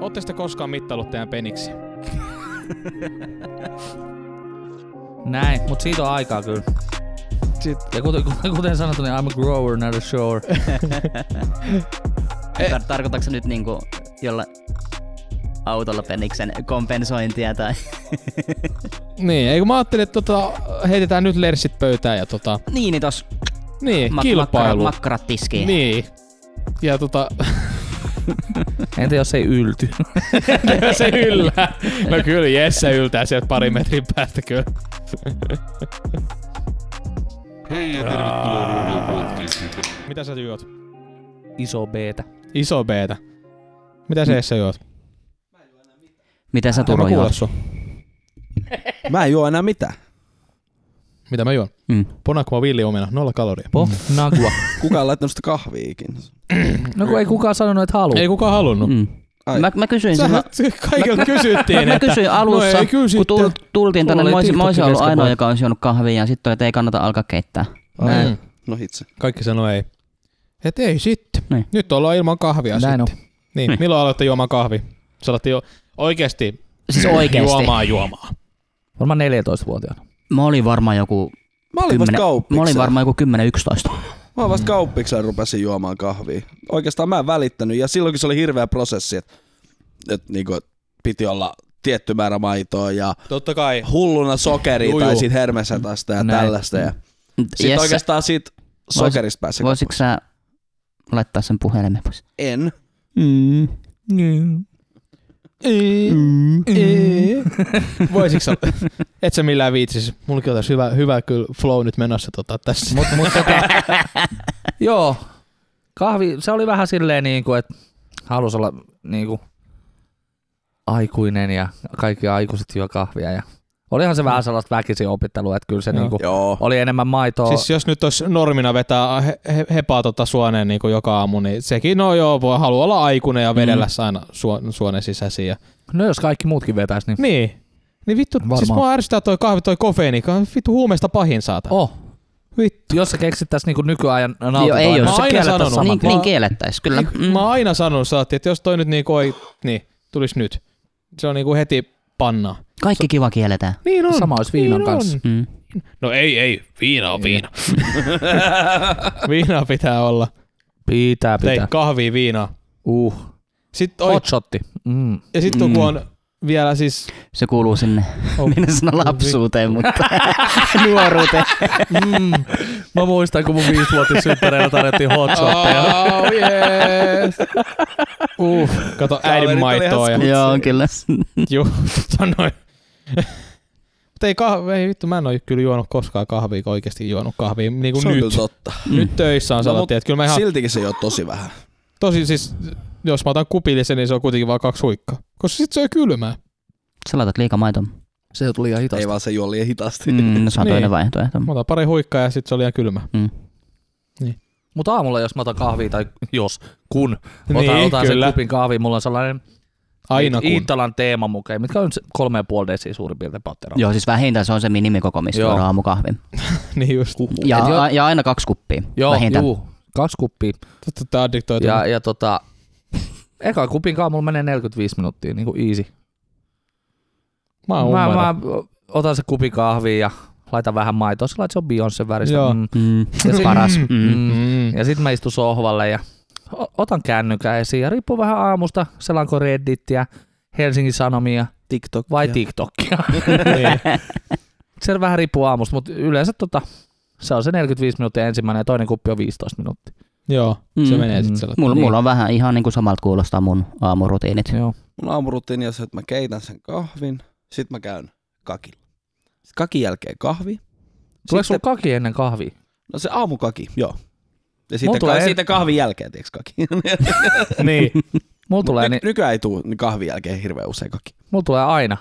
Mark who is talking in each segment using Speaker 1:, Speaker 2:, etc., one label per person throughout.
Speaker 1: Ootte sitä koskaan mittailut teidän peniksi?
Speaker 2: Näin, mutta siitä on aikaa kyllä.
Speaker 1: Sitten.
Speaker 2: Ja kuten, kuten sanottu, niin I'm a grower, not a shower.
Speaker 3: Tar- tarkoitatko se nyt niinku jolla autolla peniksen kompensointia tai...
Speaker 1: Niin, eikö mä ajattelin, että tota, heitetään nyt lerssit pöytään ja tota,
Speaker 3: niin, niin tos
Speaker 1: niin,
Speaker 3: mak-
Speaker 1: kilpailu.
Speaker 3: Makkarat, makkarat tiskiin.
Speaker 1: niin. Ja tota,
Speaker 2: Entä jos ei ylty?
Speaker 1: se yllää. No kyllä, jes, se yltää sieltä pari metrin päästä kyllä.
Speaker 4: Hei ja tervetuloa Ruudun
Speaker 1: Mitä sä juot?
Speaker 2: Iso beetä.
Speaker 1: Iso beetä. Mitä sä Jesse juot?
Speaker 3: Mitä sä
Speaker 1: En mä
Speaker 3: Turo
Speaker 1: kuule
Speaker 3: juot?
Speaker 1: sua.
Speaker 5: Mä en juo enää mitään.
Speaker 1: Mitä mä juon?
Speaker 3: Mm.
Speaker 1: Ponakua villiomena, nolla kaloria.
Speaker 2: Po, nagua.
Speaker 5: Kukaan ei laittanut sitä kahviikin.
Speaker 2: No kun ei kukaan sanonut, että haluu.
Speaker 1: Ei kukaan halunnut.
Speaker 3: Mm.
Speaker 5: Ai.
Speaker 3: Mä, mä kysyin sen.
Speaker 1: No. Sähän
Speaker 3: Mä,
Speaker 1: kaikilta kysyttiin,
Speaker 3: mä
Speaker 1: että...
Speaker 3: kysyin alussa,
Speaker 1: no ei
Speaker 3: no
Speaker 1: kyllä
Speaker 3: kun tul,
Speaker 1: sitten.
Speaker 3: tultiin
Speaker 2: Mulla
Speaker 3: tänne,
Speaker 2: oli
Speaker 3: mä olisin, mä olisin
Speaker 2: TikTokin
Speaker 3: ollut
Speaker 2: kesken
Speaker 3: ainoa,
Speaker 2: vaan.
Speaker 3: joka olisi juonut kahvia ja sitten oli, että ei kannata alkaa keittää.
Speaker 2: Näin.
Speaker 1: Mm.
Speaker 5: No hitse.
Speaker 1: Kaikki sanoi ei. Et ei sitten.
Speaker 3: Niin.
Speaker 1: Nyt ollaan ilman kahvia
Speaker 2: Näin on.
Speaker 1: sitten. Niin. Milloin aloitte juomaan kahvi? Sä aloitte jo oikeasti
Speaker 3: Siis oikeesti.
Speaker 1: juomaan juomaan.
Speaker 2: Varmaan 14-vuotiaana.
Speaker 3: Mä olin varmaan joku
Speaker 5: Mä olin vasta
Speaker 3: kymmenen, mä olin
Speaker 5: kauppiksella.
Speaker 3: varmaan joku 10-11.
Speaker 5: Mä oon vasta kauppiksella rupesin juomaan kahvia. Oikeastaan mä en välittänyt ja silloinkin se oli hirveä prosessi, että et niinku, et piti olla tietty määrä maitoa ja
Speaker 1: Totta kai.
Speaker 5: hulluna sokeria
Speaker 1: Juu,
Speaker 5: tai
Speaker 1: juu.
Speaker 5: sit hermestä tästä ja
Speaker 2: Näin.
Speaker 5: tällaista. Ja sit
Speaker 3: Jesse,
Speaker 5: oikeastaan siitä sokerista pääsi.
Speaker 3: voisitko sä laittaa sen puhelimen pois?
Speaker 1: No,
Speaker 5: En.
Speaker 3: Mm.
Speaker 2: Niin.
Speaker 1: Voisitko E, sä- Et sä millään viitsis. Mullakin on tässä hyvä, hyvä kyllä flow nyt menossa tota, tässä.
Speaker 2: Mut, mut tota, joo, kahvi, se oli vähän silleen niin kuin, että halusi olla niin kuin aikuinen ja kaikki aikuiset juo kahvia. Ja olihan se vähän sellaista väkisin opittelua, että kyllä se
Speaker 1: Joo.
Speaker 2: niin kuin
Speaker 5: Joo.
Speaker 2: oli enemmän maitoa.
Speaker 1: Siis jos nyt olisi normina vetää he, he, hepaa tota suoneen niin joka aamu, niin sekin, no joo, voi haluaa olla aikuinen ja vedellä mm. aina suo, suonen sisäisiin. Ja...
Speaker 2: No jos kaikki muutkin vetäis, niin...
Speaker 1: Niin. Niin vittu, Varmaan. siis
Speaker 2: Varmaan.
Speaker 1: mua ärsyttää toi kahvi, toi kofeiini, joka on vittu huumeesta pahin saata.
Speaker 2: Oh,
Speaker 1: Vittu.
Speaker 2: jos sä keksittäis niinku nykyajan nautintoa.
Speaker 3: Joo, ei
Speaker 2: aina.
Speaker 3: ole.
Speaker 1: Mä oon
Speaker 3: Se
Speaker 1: aina sanonut.
Speaker 3: kiellettäis niin,
Speaker 1: Mä-
Speaker 3: niin kiellettäis, kyllä.
Speaker 1: Mm. Mä oon aina sanonut, saatti, että jos toi nyt niinku ei, niin, tulis nyt. Se on niinku heti panna.
Speaker 3: Kaikki kiva kielletään.
Speaker 1: Niin on.
Speaker 2: Sama olisi viinan
Speaker 1: niin
Speaker 2: kanssa.
Speaker 1: On.
Speaker 3: Mm.
Speaker 1: No ei, ei. Viina on viina. viinaa pitää olla.
Speaker 2: Pitää,
Speaker 1: Tei
Speaker 2: pitää.
Speaker 1: kahvia viinaa.
Speaker 2: Uh,
Speaker 1: Sitten on,
Speaker 2: hot shotti. Mm.
Speaker 1: ja sitten kun on vielä siis
Speaker 3: Se kuuluu sinne,
Speaker 1: Oh.
Speaker 3: minä sanon lapsuuteen, mutta nuoruuteen.
Speaker 2: Mm. Mä muistan, kun mun viisivuotias synttäreillä tarjottiin hot shotteja.
Speaker 1: Oh, yes. Uh, kato äidin
Speaker 5: Kaverit oli ihan
Speaker 1: maitoa ja
Speaker 3: Joo, on kyllä.
Speaker 1: juu, tota noin. Mutta ei, kahvi, ei vittu, mä en ole kyllä juonut koskaan kahvia, kun oikeasti juonut kahvia. Niin
Speaker 5: Se on
Speaker 1: kuin
Speaker 5: kyllä
Speaker 1: nyt.
Speaker 5: totta.
Speaker 3: Mm.
Speaker 1: Nyt töissä on
Speaker 5: No,
Speaker 1: sanottu,
Speaker 5: mut
Speaker 1: että kyllä mä ihan
Speaker 5: Siltikin se ei oo tosi vähän.
Speaker 1: tosi siis, jos mä otan kupillisen, niin se on kuitenkin vaan kaksi huikkaa. Koska sit se on kylmää.
Speaker 3: Sä laitat liikaa maitoa.
Speaker 2: Se tuli ihan hitaasti.
Speaker 5: Ei vaan se juo liian hitaasti.
Speaker 3: Mm, no se on
Speaker 1: Niin.
Speaker 3: toinen vaihtoehto.
Speaker 1: Mä otan pari huikkaa ja sit se on liian kylmä.
Speaker 3: Mm.
Speaker 2: Mutta aamulla, jos mä otan kahvia tai jos, kun otan,
Speaker 1: Niin,
Speaker 2: otan
Speaker 1: kyllä.
Speaker 2: sen kupin Niin, kahvia, mulla on sellainen
Speaker 1: Aina kun.
Speaker 2: Iittalan teema mukaan, mitkä on se kolme ja puoli desiä suurin piirtein pattero.
Speaker 3: Joo, siis vähintään se on se minimikoko, mistä
Speaker 2: Joo.
Speaker 3: on aamukahvi.
Speaker 1: niin just.
Speaker 3: Ja,
Speaker 2: Et jo-
Speaker 3: a, ja aina kaksi kuppia.
Speaker 2: Joo
Speaker 3: vähintään.
Speaker 2: juu, kaksi kuppia.
Speaker 1: Totta, tää addiktoitunut.
Speaker 2: Ja, ja tota, eka kupin kanssa mulla menee 45 minuuttia, niin kuin easy.
Speaker 1: Mä oon
Speaker 2: mä,
Speaker 1: ummella.
Speaker 2: mä, otan se kupin kahvia ja laitan vähän maitoa, sillä lailla, että se on Beyoncé väristä.
Speaker 1: Joo.
Speaker 2: Mm.
Speaker 3: Mm.
Speaker 2: Ja sit-
Speaker 3: Paras. Mm.
Speaker 1: Mm.
Speaker 2: Ja sitten mä istun sohvalle ja o- otan kännykän esiin ja riippuu vähän aamusta, selanko Reddittiä, Helsingin Sanomia
Speaker 5: TikTok.
Speaker 2: vai TikTokia.
Speaker 1: Niin.
Speaker 2: se vähän riippuu aamusta, mutta yleensä tota, se on se 45 minuuttia ensimmäinen ja toinen kuppi on 15 minuuttia.
Speaker 1: Joo, se
Speaker 3: Mm.
Speaker 1: menee sit
Speaker 2: Mm.
Speaker 1: sellainen.
Speaker 3: Mulla,
Speaker 2: Niin.
Speaker 3: mulla on vähän ihan niin kuin samalta kuulostaa mun aamurutiinit.
Speaker 2: Joo.
Speaker 5: Mun aamurutiini on se, että mä keitän sen kahvin, sit mä käyn kakilla. Sit kakin jälkeen kahvi.
Speaker 2: Tuleeko
Speaker 5: Sitten-
Speaker 2: sulla kaki ennen kahvia?
Speaker 5: No se aamukaki, joo. Ja siitä,
Speaker 2: tulee
Speaker 5: ka-
Speaker 2: en-
Speaker 5: siitä kahvin jälkeen, tiiäks kaki.
Speaker 1: Niin.
Speaker 2: Mulla tulee,
Speaker 5: Ny-
Speaker 2: ni,
Speaker 5: Nykyään ei tuu niin kahvin jälkeen hirveän usein kaki.
Speaker 2: mulla tulee aina.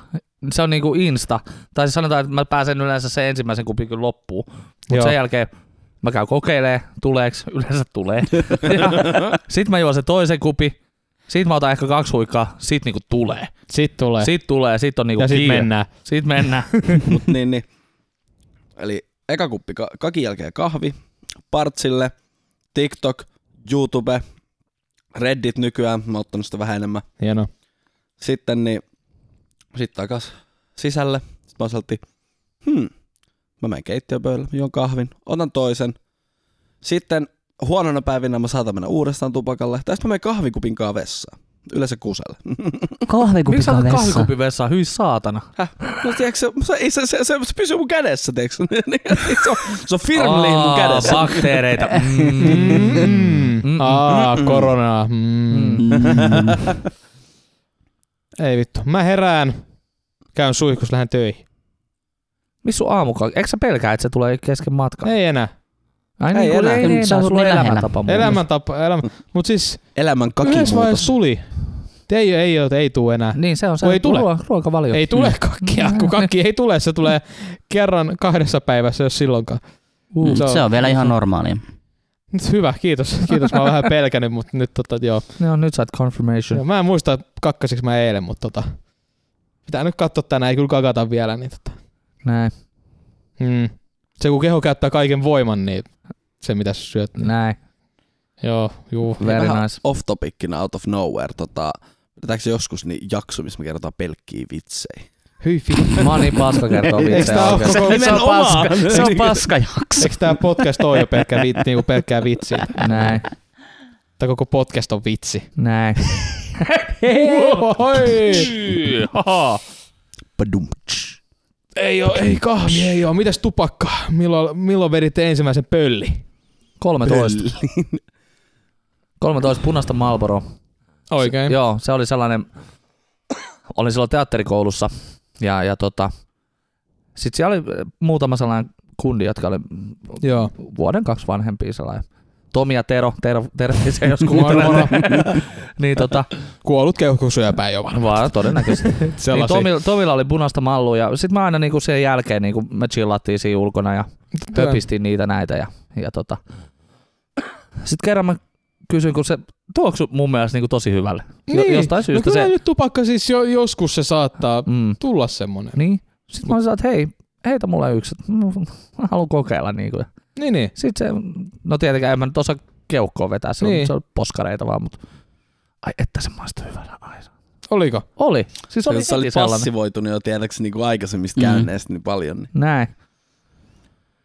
Speaker 2: Se on niinku insta. Tai siis sanotaan, että mä pääsen yleensä se ensimmäisen kupin kyllä loppuun.
Speaker 1: Joo.
Speaker 2: Mutta sen jälkeen mä käyn kokeilee, tuleeks, yleensä tulee. Ja sit mä juon sen toisen kupi, sit mä otan ehkä kaksi huikkaa, sit niinku tulee.
Speaker 1: Sit tulee.
Speaker 2: Sit tulee, sit on niinku
Speaker 1: ja sit
Speaker 2: kiire.
Speaker 1: mennään.
Speaker 2: Sit mennään.
Speaker 5: Mut niin, niin. Eli eka kuppi ka- kakin jälkeen kahvi, partsille, TikTok, YouTube, Reddit nykyään, mä oon ottanut sitä vähän enemmän.
Speaker 1: Hieno.
Speaker 5: Sitten niin, sit takas sisälle. Sitten mä salti, hmm, mä menen keittiöpöydälle, juon kahvin, otan toisen. Sitten huonona päivinä mä saatan mennä uudestaan tupakalle. Tästä mä menen kahvikupin kanssa vessaan. Yleensä kuselle.
Speaker 3: Kahvikupi
Speaker 2: Miksi sä otat kahvikupin vessaan? Hyi saatana.
Speaker 5: Häh? No tiedätkö, se, se, se, se, se, se pysyy mun kädessä, tiedätkö? Niin, se on, se on firmli mun kädessä.
Speaker 2: Bakteereita. Mm.
Speaker 1: Mm. Aa, koronaa. Mm. Ei vittu. Mä herään, käyn suihkus, lähden töihin.
Speaker 2: Missä sun aamukaan? Eikö sä pelkää, että se tulee kesken matkan?
Speaker 1: ei enää.
Speaker 2: Ai
Speaker 5: Ei
Speaker 2: kun
Speaker 5: elä.
Speaker 2: ei,
Speaker 3: Nyt
Speaker 2: niin,
Speaker 3: se
Speaker 2: tää
Speaker 3: on
Speaker 2: on
Speaker 3: sulle
Speaker 2: sulla
Speaker 3: lähellä.
Speaker 2: elämäntapa. muutos.
Speaker 1: Elämäntapa, elämä. Mut siis
Speaker 5: Elämän
Speaker 1: yhdessä vaiheessa
Speaker 5: kakimuutos.
Speaker 1: suli. Ei, ei, ei, ei tuu enää.
Speaker 2: Niin se on se
Speaker 1: Kun ei tule.
Speaker 2: ruo- ruokavalio. Mm.
Speaker 1: Ei tule kakkia, kun kakki ei tule, se tulee kerran kahdessa päivässä, jos silloinkaan.
Speaker 3: Mm, se on vielä ihan normaalia.
Speaker 1: Nyt Hyvä, kiitos. Kiitos, mä oon vähän pelkännyt, mutta nyt tota, joo.
Speaker 2: No nyt saat confirmation.
Speaker 1: Joo, Mä en muista kakkaseksi mä eilen, mutta tota, pitää nyt katsoa tänään, ei kyllä kakata vielä. Niin tota.
Speaker 2: Näin,
Speaker 1: hmm. Se kun keho käyttää kaiken voiman, niin se mitä sä syöt. Niin.
Speaker 2: näin.
Speaker 1: Joo, juu.
Speaker 2: Very
Speaker 5: Vähän
Speaker 2: nice.
Speaker 5: off topicina, out of nowhere. Tota, Pidetäänkö se joskus niin jakso, missä me kerrotaan pelkkiä vitsejä?
Speaker 1: Hyi vittu.
Speaker 2: Mä oon niin paska kertoo
Speaker 1: Eikö
Speaker 2: vitsejä
Speaker 1: tää oo
Speaker 2: oikeesti.
Speaker 1: koko-
Speaker 2: Se on
Speaker 5: Nimenomaan.
Speaker 2: paska.
Speaker 3: Se on paskajakso.
Speaker 1: Eikö tää podcast ole jo pelkkää, vit, niinku pelkkää vitsiä?
Speaker 2: Näin,
Speaker 1: Tää koko podcast on vitsi.
Speaker 2: näin.
Speaker 1: Oi!
Speaker 5: Padum.
Speaker 1: Ei oo, ei kahvi, ei oo. Mitäs tupakka? Milloin, milloin veditte ensimmäisen pölli?
Speaker 2: 13. 13 punaista Marlboro.
Speaker 1: Oikein.
Speaker 2: Joo, se oli sellainen, olin silloin teatterikoulussa ja, ja tota, sit siellä oli äh, muutama sellainen kundi, jotka oli
Speaker 1: Joo.
Speaker 2: vuoden kaksi vanhempia sellainen. Tomi ja Tero, Tero terveisiä jos kuuntelette. niin tota,
Speaker 1: Kuollut keuhkosyöpään jo varmaan.
Speaker 2: vaan todennäköisesti. niin
Speaker 1: Sellaisia.
Speaker 2: Tomilla, Tomilla oli punaista mallua ja sit mä aina niinku sen jälkeen niinku me chillattiin siinä ulkona ja töpistin niitä näitä ja, ja tota. Sitten kerran mä kysyin, kun se tuoksu mun mielestä niinku tosi hyvälle. Jo, jostain syystä
Speaker 1: no kyllä
Speaker 2: se...
Speaker 1: nyt tupakka siis jo, joskus se saattaa
Speaker 2: Mm,
Speaker 1: tulla semmonen.
Speaker 2: niin. Sitten mä olin sellainen, että hei, heitä mulle yksi. että Mä mä haluan kokeilla niinku. Ja
Speaker 1: Niin, niin.
Speaker 2: Sit se, no tietenkään en mä nyt osaa keuhkoa vetää, se,
Speaker 1: Niin.
Speaker 2: on, se on poskareita vaan, mutta ai että se maistui hyvällä aina.
Speaker 1: Oliko?
Speaker 2: Oli, siis oli
Speaker 5: Jos sä
Speaker 2: heti
Speaker 5: olit
Speaker 2: sellainen.
Speaker 5: passivoitunut jo tiedäks niinku aikaisemmista
Speaker 3: Mm.
Speaker 5: käynneistä niin paljon. Niin.
Speaker 2: Näin,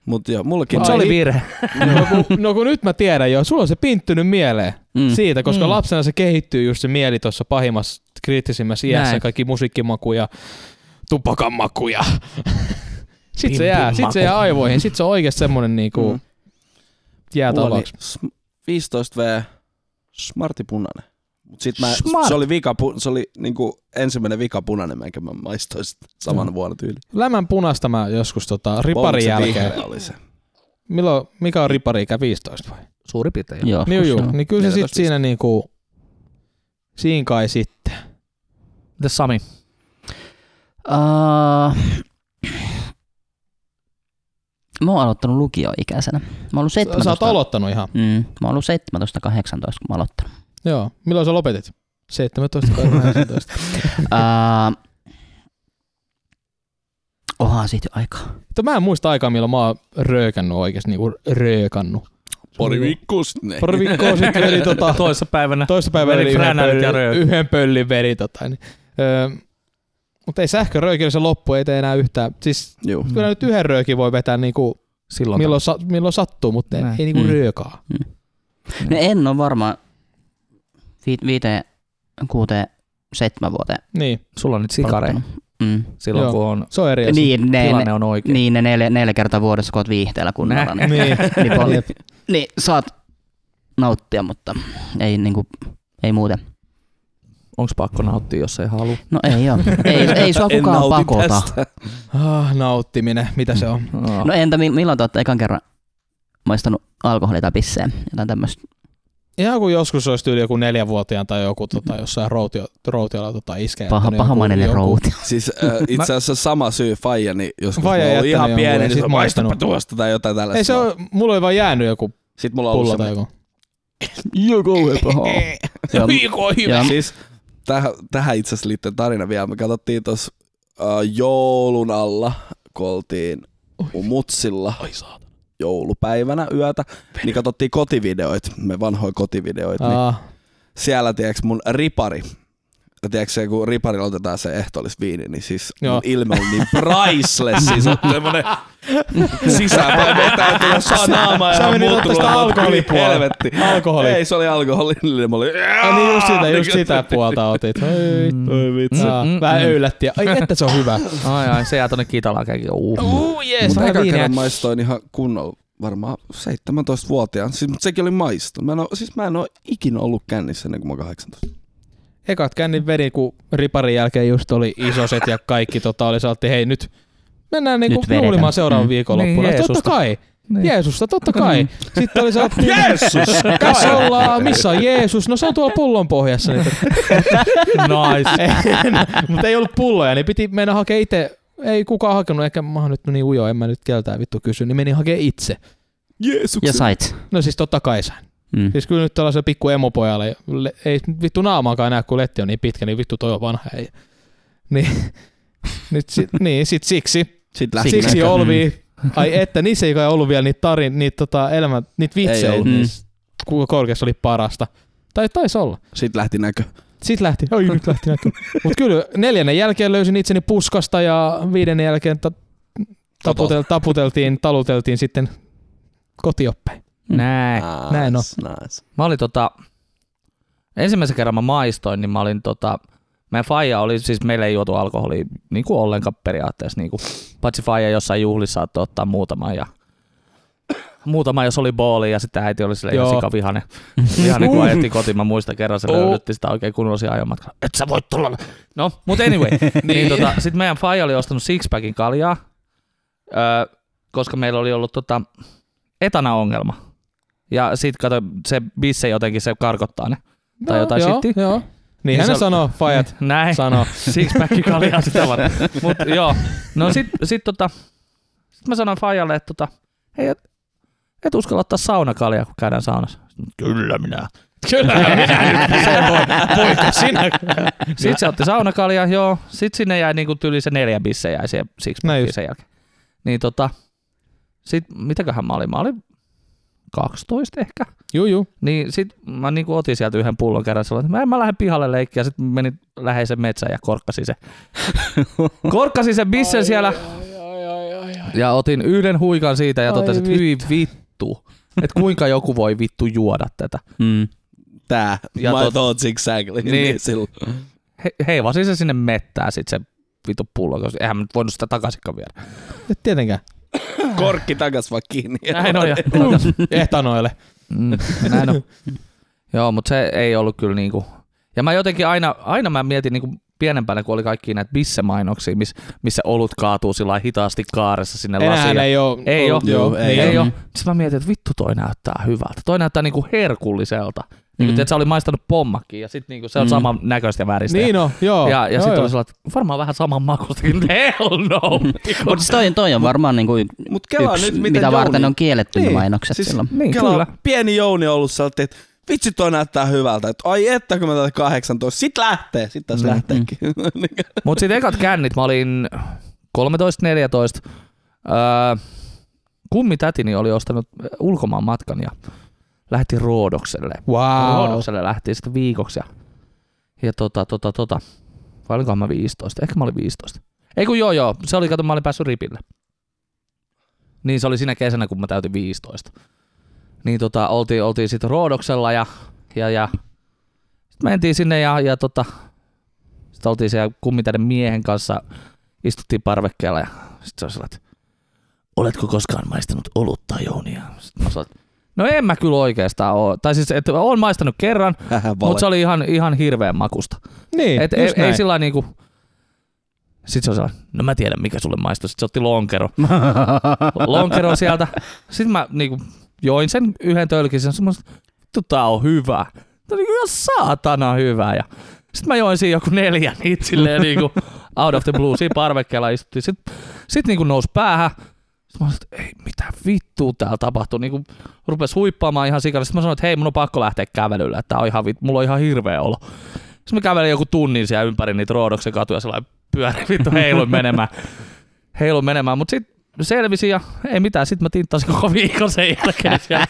Speaker 5: Mut joo, mullakin
Speaker 2: mutta se
Speaker 1: Ai.
Speaker 2: oli virhe.
Speaker 1: No kun, no kun nyt mä tiedän jo, sulla on se pinttynyt mieleen
Speaker 3: Mm.
Speaker 1: mm. siitä, koska
Speaker 2: Mm.
Speaker 1: mm. lapsena se kehittyy just se mieli tuossa pahimmassa kriittisimmässä iässä,
Speaker 2: Näin.
Speaker 1: kaikki musiikkimaku ja tupakan maku ja... Sitten se,
Speaker 2: Pimpin
Speaker 1: jää, sit se
Speaker 2: maku.
Speaker 1: jää aivoihin, sitten se on oikeasti semmonen niinku...
Speaker 5: Mm.
Speaker 1: Mm. Jää
Speaker 5: Mulla oli
Speaker 1: tavaksi.
Speaker 5: sm- 15V Smarti punainen. Mut sit mä,
Speaker 2: Smart.
Speaker 5: se oli, vika, pu- se oli niinku ensimmäinen vika punainen, minkä mä maistoin sit saman no. vuonna tyyli.
Speaker 1: Lämän punasta mä joskus tota, riparin
Speaker 5: Onneksi
Speaker 1: jälkeen.
Speaker 5: vihreä Oli se.
Speaker 1: Milloin, mikä on ripari ikä 15 vai?
Speaker 2: Suurin piirtein.
Speaker 3: Joo,
Speaker 1: Niin juu, niin kyllä se
Speaker 5: 14.
Speaker 1: sitten siinä niinku... Siinä kai sitten.
Speaker 2: Mitäs Sami?
Speaker 3: Uh, mä oon aloittanut lukioikäisenä. Mä oon ollut
Speaker 1: Sä oot
Speaker 3: 17.
Speaker 1: aloittanut ihan.
Speaker 3: Mm, mä oon ollut 17-18, kun mä aloittanut.
Speaker 1: Joo. Milloin sä lopetit? 17, 18.
Speaker 3: Uh, Oha, siitä jo aikaa.
Speaker 1: Mutta mä en muista aikaa, milloin mä oon röökännyt oikeesti, niinku röökännyt.
Speaker 5: Pari viikkoa sit ne.
Speaker 1: Pari viikkoa sitten veri tota,
Speaker 2: Toissa päivänä.
Speaker 1: toista päivää
Speaker 2: Veri
Speaker 1: veri yhden,
Speaker 2: kränärit ja
Speaker 1: pöllin,
Speaker 2: röökin.
Speaker 1: yhden pöllin veri tota. Niin. Öö, mutta ei sähköröökillä se loppu, ei tee enää yhtään. Siis
Speaker 5: Juu.
Speaker 1: kyllä nyt yhden röökin voi vetää niinku,
Speaker 2: Silloin.
Speaker 1: milloin, sa, milloin sattuu, mutta ei,
Speaker 2: Näin.
Speaker 1: ei niinku
Speaker 3: Mm.
Speaker 1: röökaa.
Speaker 3: No en ole varmaan vi- viiteen, kuuteen, seitsemän vuoteen.
Speaker 1: Niin,
Speaker 2: Sulla on nyt sikareja.
Speaker 3: aloittanut. Mm.
Speaker 2: Silloin
Speaker 1: Joo.
Speaker 2: kun on,
Speaker 1: se on eri asia.
Speaker 3: Niin, ne, ne,
Speaker 2: tilanne on oikein.
Speaker 3: niin, ne neljä, neljä kertaa vuodessa, kun oot viihteellä kunnolla. Niin,
Speaker 1: Niin.
Speaker 3: niin, pol-
Speaker 1: Jep.
Speaker 3: niin, saat nauttia, mutta ei, niinku, ei muuten.
Speaker 2: Onks pakko nauttia, jos ei halua?
Speaker 3: No ei oo. Ei, ei sua
Speaker 5: En
Speaker 3: kukaan
Speaker 5: nauti
Speaker 3: pakota.
Speaker 5: tästä.
Speaker 1: Ah, nauttiminen, mitä se on?
Speaker 2: No.
Speaker 3: No entä mi- milloin te olette ekan kerran maistanut alkoholia tai pissejä? Jotain tämmöistä.
Speaker 1: Ihan kuin joskus olisi tyyli joku neljävuotiaan tai joku tota, jossain routio, routiolla tota, iskeä.
Speaker 3: Paha,
Speaker 1: Joku-
Speaker 3: pahamainen
Speaker 1: joku-
Speaker 3: routi.
Speaker 5: Siis äh, itse asiassa sama syy Fajani, joskus
Speaker 1: Faija
Speaker 5: Faija mä
Speaker 1: jättänyt
Speaker 5: olin ihan
Speaker 1: jonkun ja
Speaker 5: pieni,
Speaker 1: sit
Speaker 5: niin se
Speaker 1: maistanut.
Speaker 5: maistanut tuosta tai jotain tällaista.
Speaker 1: Ei se ole, mulla oli vaan jäänyt joku
Speaker 5: Sitten mulla on ollut
Speaker 1: pullo tai
Speaker 5: semmoinen.
Speaker 1: joku.
Speaker 3: Joo, kauhean paha. Joo, joo,
Speaker 5: Siis tähän, tähän itse asiassa liittyy tarina vielä. Me katsottiin tuossa äh, joulun alla, kun oltiin mun mutsilla joulupäivänä yötä, niin katsottiin kotivideoit, me vanhoja kotivideoit, niin
Speaker 1: Ah,
Speaker 5: siellä tiedäks mun ripari Ja tiedätkö se, kun riparilla otetaan se ehtoollisviini, niin siis
Speaker 1: Joo.
Speaker 5: mun ilme on niin priceless. siis on semmoinen sisäpäin vetäytyvä sanaamaa
Speaker 1: Sä
Speaker 5: ja
Speaker 1: menit ottaa sitä
Speaker 5: muuttunut
Speaker 1: alkoholipuolta.
Speaker 5: Helvetti.
Speaker 1: Alkoholi.
Speaker 5: Ei, se oli alkoholillinen. Mä olin,
Speaker 1: Ja niin just sitä, just sitä puolta otit. Hei.
Speaker 5: Oi vitsi.
Speaker 1: Jaa,
Speaker 2: mm,
Speaker 1: Vähän
Speaker 2: mm.
Speaker 1: öylättiä. Ai että se on hyvä.
Speaker 2: Ai ai, se jää tonne kitalakäkin. Uh.
Speaker 1: Uu, jees,
Speaker 5: Mutta
Speaker 1: vähän
Speaker 5: eka
Speaker 1: viiniä.
Speaker 5: kerran maistoin ihan kunnolla varmaan 17-vuotiaan. Siis, mutta sekin oli maisto. Mä en oo, siis mä en oo ikinä ollut kännissä ennen kuin mä oon 18.
Speaker 1: Ekat kännin vedin, kun riparin jälkeen just oli isoset ja kaikki tota oli, saatti, hei nyt mennään niinku
Speaker 3: Nyt vedetään.
Speaker 1: juhlimaan seuraavan
Speaker 3: Mm.
Speaker 1: viikonloppuna.
Speaker 2: Niin,
Speaker 1: Niin, totta
Speaker 2: Jeesusta.
Speaker 1: kai.
Speaker 2: Niin. Mm.
Speaker 1: Jeesusta, totta kai. Sitten oli saatti,
Speaker 5: Jeesus!
Speaker 1: tässä ollaan, missä on Jeesus? No se on tuolla pullon pohjassa. Niin nice. Mutta ei ollut pulloja, niin piti mennä hakemaan itse. Ei kukaan hakenut, ehkä mä oon nyt niin ujo, en mä nyt keltään vittu kysy, niin menin hakemaan itse.
Speaker 5: Jeesuksen.
Speaker 3: Ja sait.
Speaker 1: No siis totta kai sain.
Speaker 3: Mm.
Speaker 1: Siis kyllä nyt tällaisella pikku emopojalle, le- ei vittu naamaakaan näe, kun letti on niin pitkä, niin vittu toi on vanha. Ei. Niin, nyt si, niin sit siksi,
Speaker 5: Sitten
Speaker 1: Lähti
Speaker 5: lähti
Speaker 1: siksi näkö.
Speaker 5: näkö.
Speaker 1: olvi. Ai että, niissä ei kai ollut vielä niitä tarin, niitä tota, elämä, niitä
Speaker 5: Ei,
Speaker 1: vitsejä
Speaker 5: ei.
Speaker 1: ollut.
Speaker 3: Mm.
Speaker 1: niissä. Kuinka korkeassa oli parasta. Tai taisi olla.
Speaker 5: Sitten lähti näkö.
Speaker 1: Sitten lähti. Oi, nyt lähti näkö. Mutta kyllä neljännen jälkeen löysin itseni puskasta ja viidennen jälkeen ta- taputel, taputeltiin, taluteltiin sitten kotioppäin.
Speaker 3: Mm.
Speaker 2: Näin.
Speaker 5: Nice,
Speaker 1: näin on.
Speaker 5: Nice.
Speaker 2: Mä olin tota, ensimmäisen kerran mä maistoin, niin mä olin tota, meidän faija oli, siis meillä ei juotu alkoholia niin kuin ollenkaan periaatteessa, niin kuin, paitsi faija jossain juhlissa saattoi ottaa muutaman ja muutama, jos oli booli ja sitten äiti oli sille ihan
Speaker 1: Joo.
Speaker 2: sikavihane. Vihane, kun niin ajettiin kotiin, mä muistan kerran, se
Speaker 1: Oh.
Speaker 2: löydytti sitä oikein kunnollisia ajomatkaa. Et sä voit tulla. No, mutta anyway. niin. niin tota, sitten meidän faija oli ostanut sixpackin kaljaa, öö, koska meillä oli ollut tota, etana-ongelma. Ja sit kato, se bisse jotenkin se karkottaa ne. Tai jotain
Speaker 1: joo,
Speaker 2: shittiä.
Speaker 1: Joo. Niin hän
Speaker 2: se
Speaker 1: se...
Speaker 2: oli-
Speaker 1: sanoo, fajat
Speaker 2: Näin.
Speaker 1: sanoo.
Speaker 2: Sixpacki kaljaa sitä varten. Mut joo. No sit, sit tota, sit mä sanoin Fajalle, että tota, hei, et, et uskalla ottaa saunakaljaa, kun käydään saunassa. Kyllä minä.
Speaker 1: Kyllä, minä nyt sen voin. Poika sinä.
Speaker 2: Sitten se otti saunakaljaa, joo. Sitten sinne jäi niinku tyyli se neljä bisse jäi siihen
Speaker 1: Näin
Speaker 2: sixpackiin
Speaker 1: just.
Speaker 2: sen jälkeen. Niin tota, sit mitäköhän mä olin? Mä olin 12 ehkä.
Speaker 1: Juu, juu.
Speaker 2: Niin sit mä niinku otin sieltä yhden pullon kerran sellainen, että mä, mä lähden pihalle leikkiä ja sit menin läheisen metsään ja korkkasin se. korkkasin sen bissen siellä ja otin yhden huikan siitä ja
Speaker 1: Ai
Speaker 2: totesin, että hyi vittu. Että kuinka joku voi vittu juoda tätä.
Speaker 3: Mm.
Speaker 5: Tää.
Speaker 2: Ja
Speaker 5: Ja My
Speaker 2: tot-
Speaker 5: thoughts exactly.
Speaker 2: Niin.
Speaker 5: Niin. niin silloin.
Speaker 2: He, heivasin se sinne mettään sit se vittu pullo, koska eihän mä nyt voinut sitä takaisinkaan viedä.
Speaker 1: Et Tietenkään.
Speaker 5: Korkki takas vaan kiinni.
Speaker 2: Näin on ja
Speaker 1: Ehtanoille.
Speaker 2: Mm, näin on. Joo, mutta se ei ollut kyllä niinku... Ja mä jotenkin aina, aina mä mietin niinku pienempänä, kun oli kaikki näitä bissemainoksia, miss, missä olut kaatuu sillä lailla hitaasti kaaressa sinne
Speaker 1: Enää
Speaker 2: lasiin.
Speaker 1: ei oo.
Speaker 2: Ei oo.
Speaker 1: Joo, niin
Speaker 5: Joo,
Speaker 1: ei,
Speaker 2: ei
Speaker 1: ei
Speaker 2: ole. Sitten mä mietin, että vittu toi näyttää hyvältä. Toi näyttää niinku herkulliselta. Niin
Speaker 3: Mm.
Speaker 2: mm. että sä oli maistanut pommakin ja sit niinku se on
Speaker 3: Mm.
Speaker 2: mm. saman näköistä ja väristä.
Speaker 1: Niin on, joo.
Speaker 2: ja ja
Speaker 1: joo,
Speaker 2: sitten
Speaker 1: joo.
Speaker 2: oli sellainen, että varmaan vähän saman makuista. Hell no!
Speaker 3: Mutta siis toi, toi on varmaan niinku
Speaker 5: Mut kelaa
Speaker 3: yksi,
Speaker 5: nyt, miten
Speaker 3: mitä
Speaker 5: Jouni...
Speaker 3: varten on kielletty niin.
Speaker 5: Niin,
Speaker 3: mainokset siis...
Speaker 5: siis-
Speaker 3: silloin.
Speaker 2: niin,
Speaker 5: Kela,
Speaker 2: kyllä.
Speaker 5: Pieni Jouni on ollut sieltä, että vitsi toi näyttää hyvältä. Että ai että kun mä tätä 18. Sit lähtee. Sit taas
Speaker 2: Mm.
Speaker 5: mm. lähteekin. Niin.
Speaker 2: Mut sit ekat kännit, mä olin 13-14. Öö, kummi tätini oli ostanut ulkomaan matkan ja lähti Roodokselle.
Speaker 1: Wow.
Speaker 2: Roodokselle lähti sitten viikoksi ja, ja tota, tota, tota. Vai olinkohan mä 15? Ehkä mä olin 15. Ei kun joo joo, se oli, kato mä olin päässyt ripille. Niin se oli siinä kesänä, kun mä täytin 15. Niin tota, oltiin, oltiin sitten Roodoksella ja, ja, ja sit mentiin sinne ja, ja tota, sitten oltiin siellä kummitäden miehen kanssa, istuttiin parvekkeella ja sitten se oli sellainen, että oletko koskaan maistanut olutta Jounia? Sitten mä sanoin, että no en mä kyllä oikeastaan oo. Tai siis, että oon maistanut kerran, mutta se oli ihan, ihan hirveän makusta.
Speaker 1: Niin,
Speaker 2: Et,
Speaker 1: Et,
Speaker 2: ei,
Speaker 1: just
Speaker 2: ei
Speaker 1: näin.
Speaker 2: sillä niinku... Sitten se on sellainen, no mä tiedän mikä sulle maistuu. Sitten se otti lonkero. lonkero sieltä. Sitten mä niinku join sen yhden tölkisen. Semmoiset, vittu tää on hyvä. Tää on niinku ihan saatana hyvä. Ja sitten mä join siinä joku neljä niitä silleen niinku out of the blue. Siinä parvekkeella istuttiin. Sitten sit niinku nousi päähän. Sitten mä sanoin, että ei mitä vittua täällä tapahtuu. Niinku rupes huippaamaan ihan sikana. Sitten mä sanoin, että hei mun on pakko lähteä kävelylle. Että tää on ihan, vit- mulla on ihan hirveä olo. Sitten mä kävelin joku tunnin siellä ympäri niitä Roodoksen katuja sellainen pyöri vittu heiluin menemään. Heiluin menemään, mutta sitten selvisin ja ei mitään. Sitten mä tinttasin koko viikon sen jälkeen siellä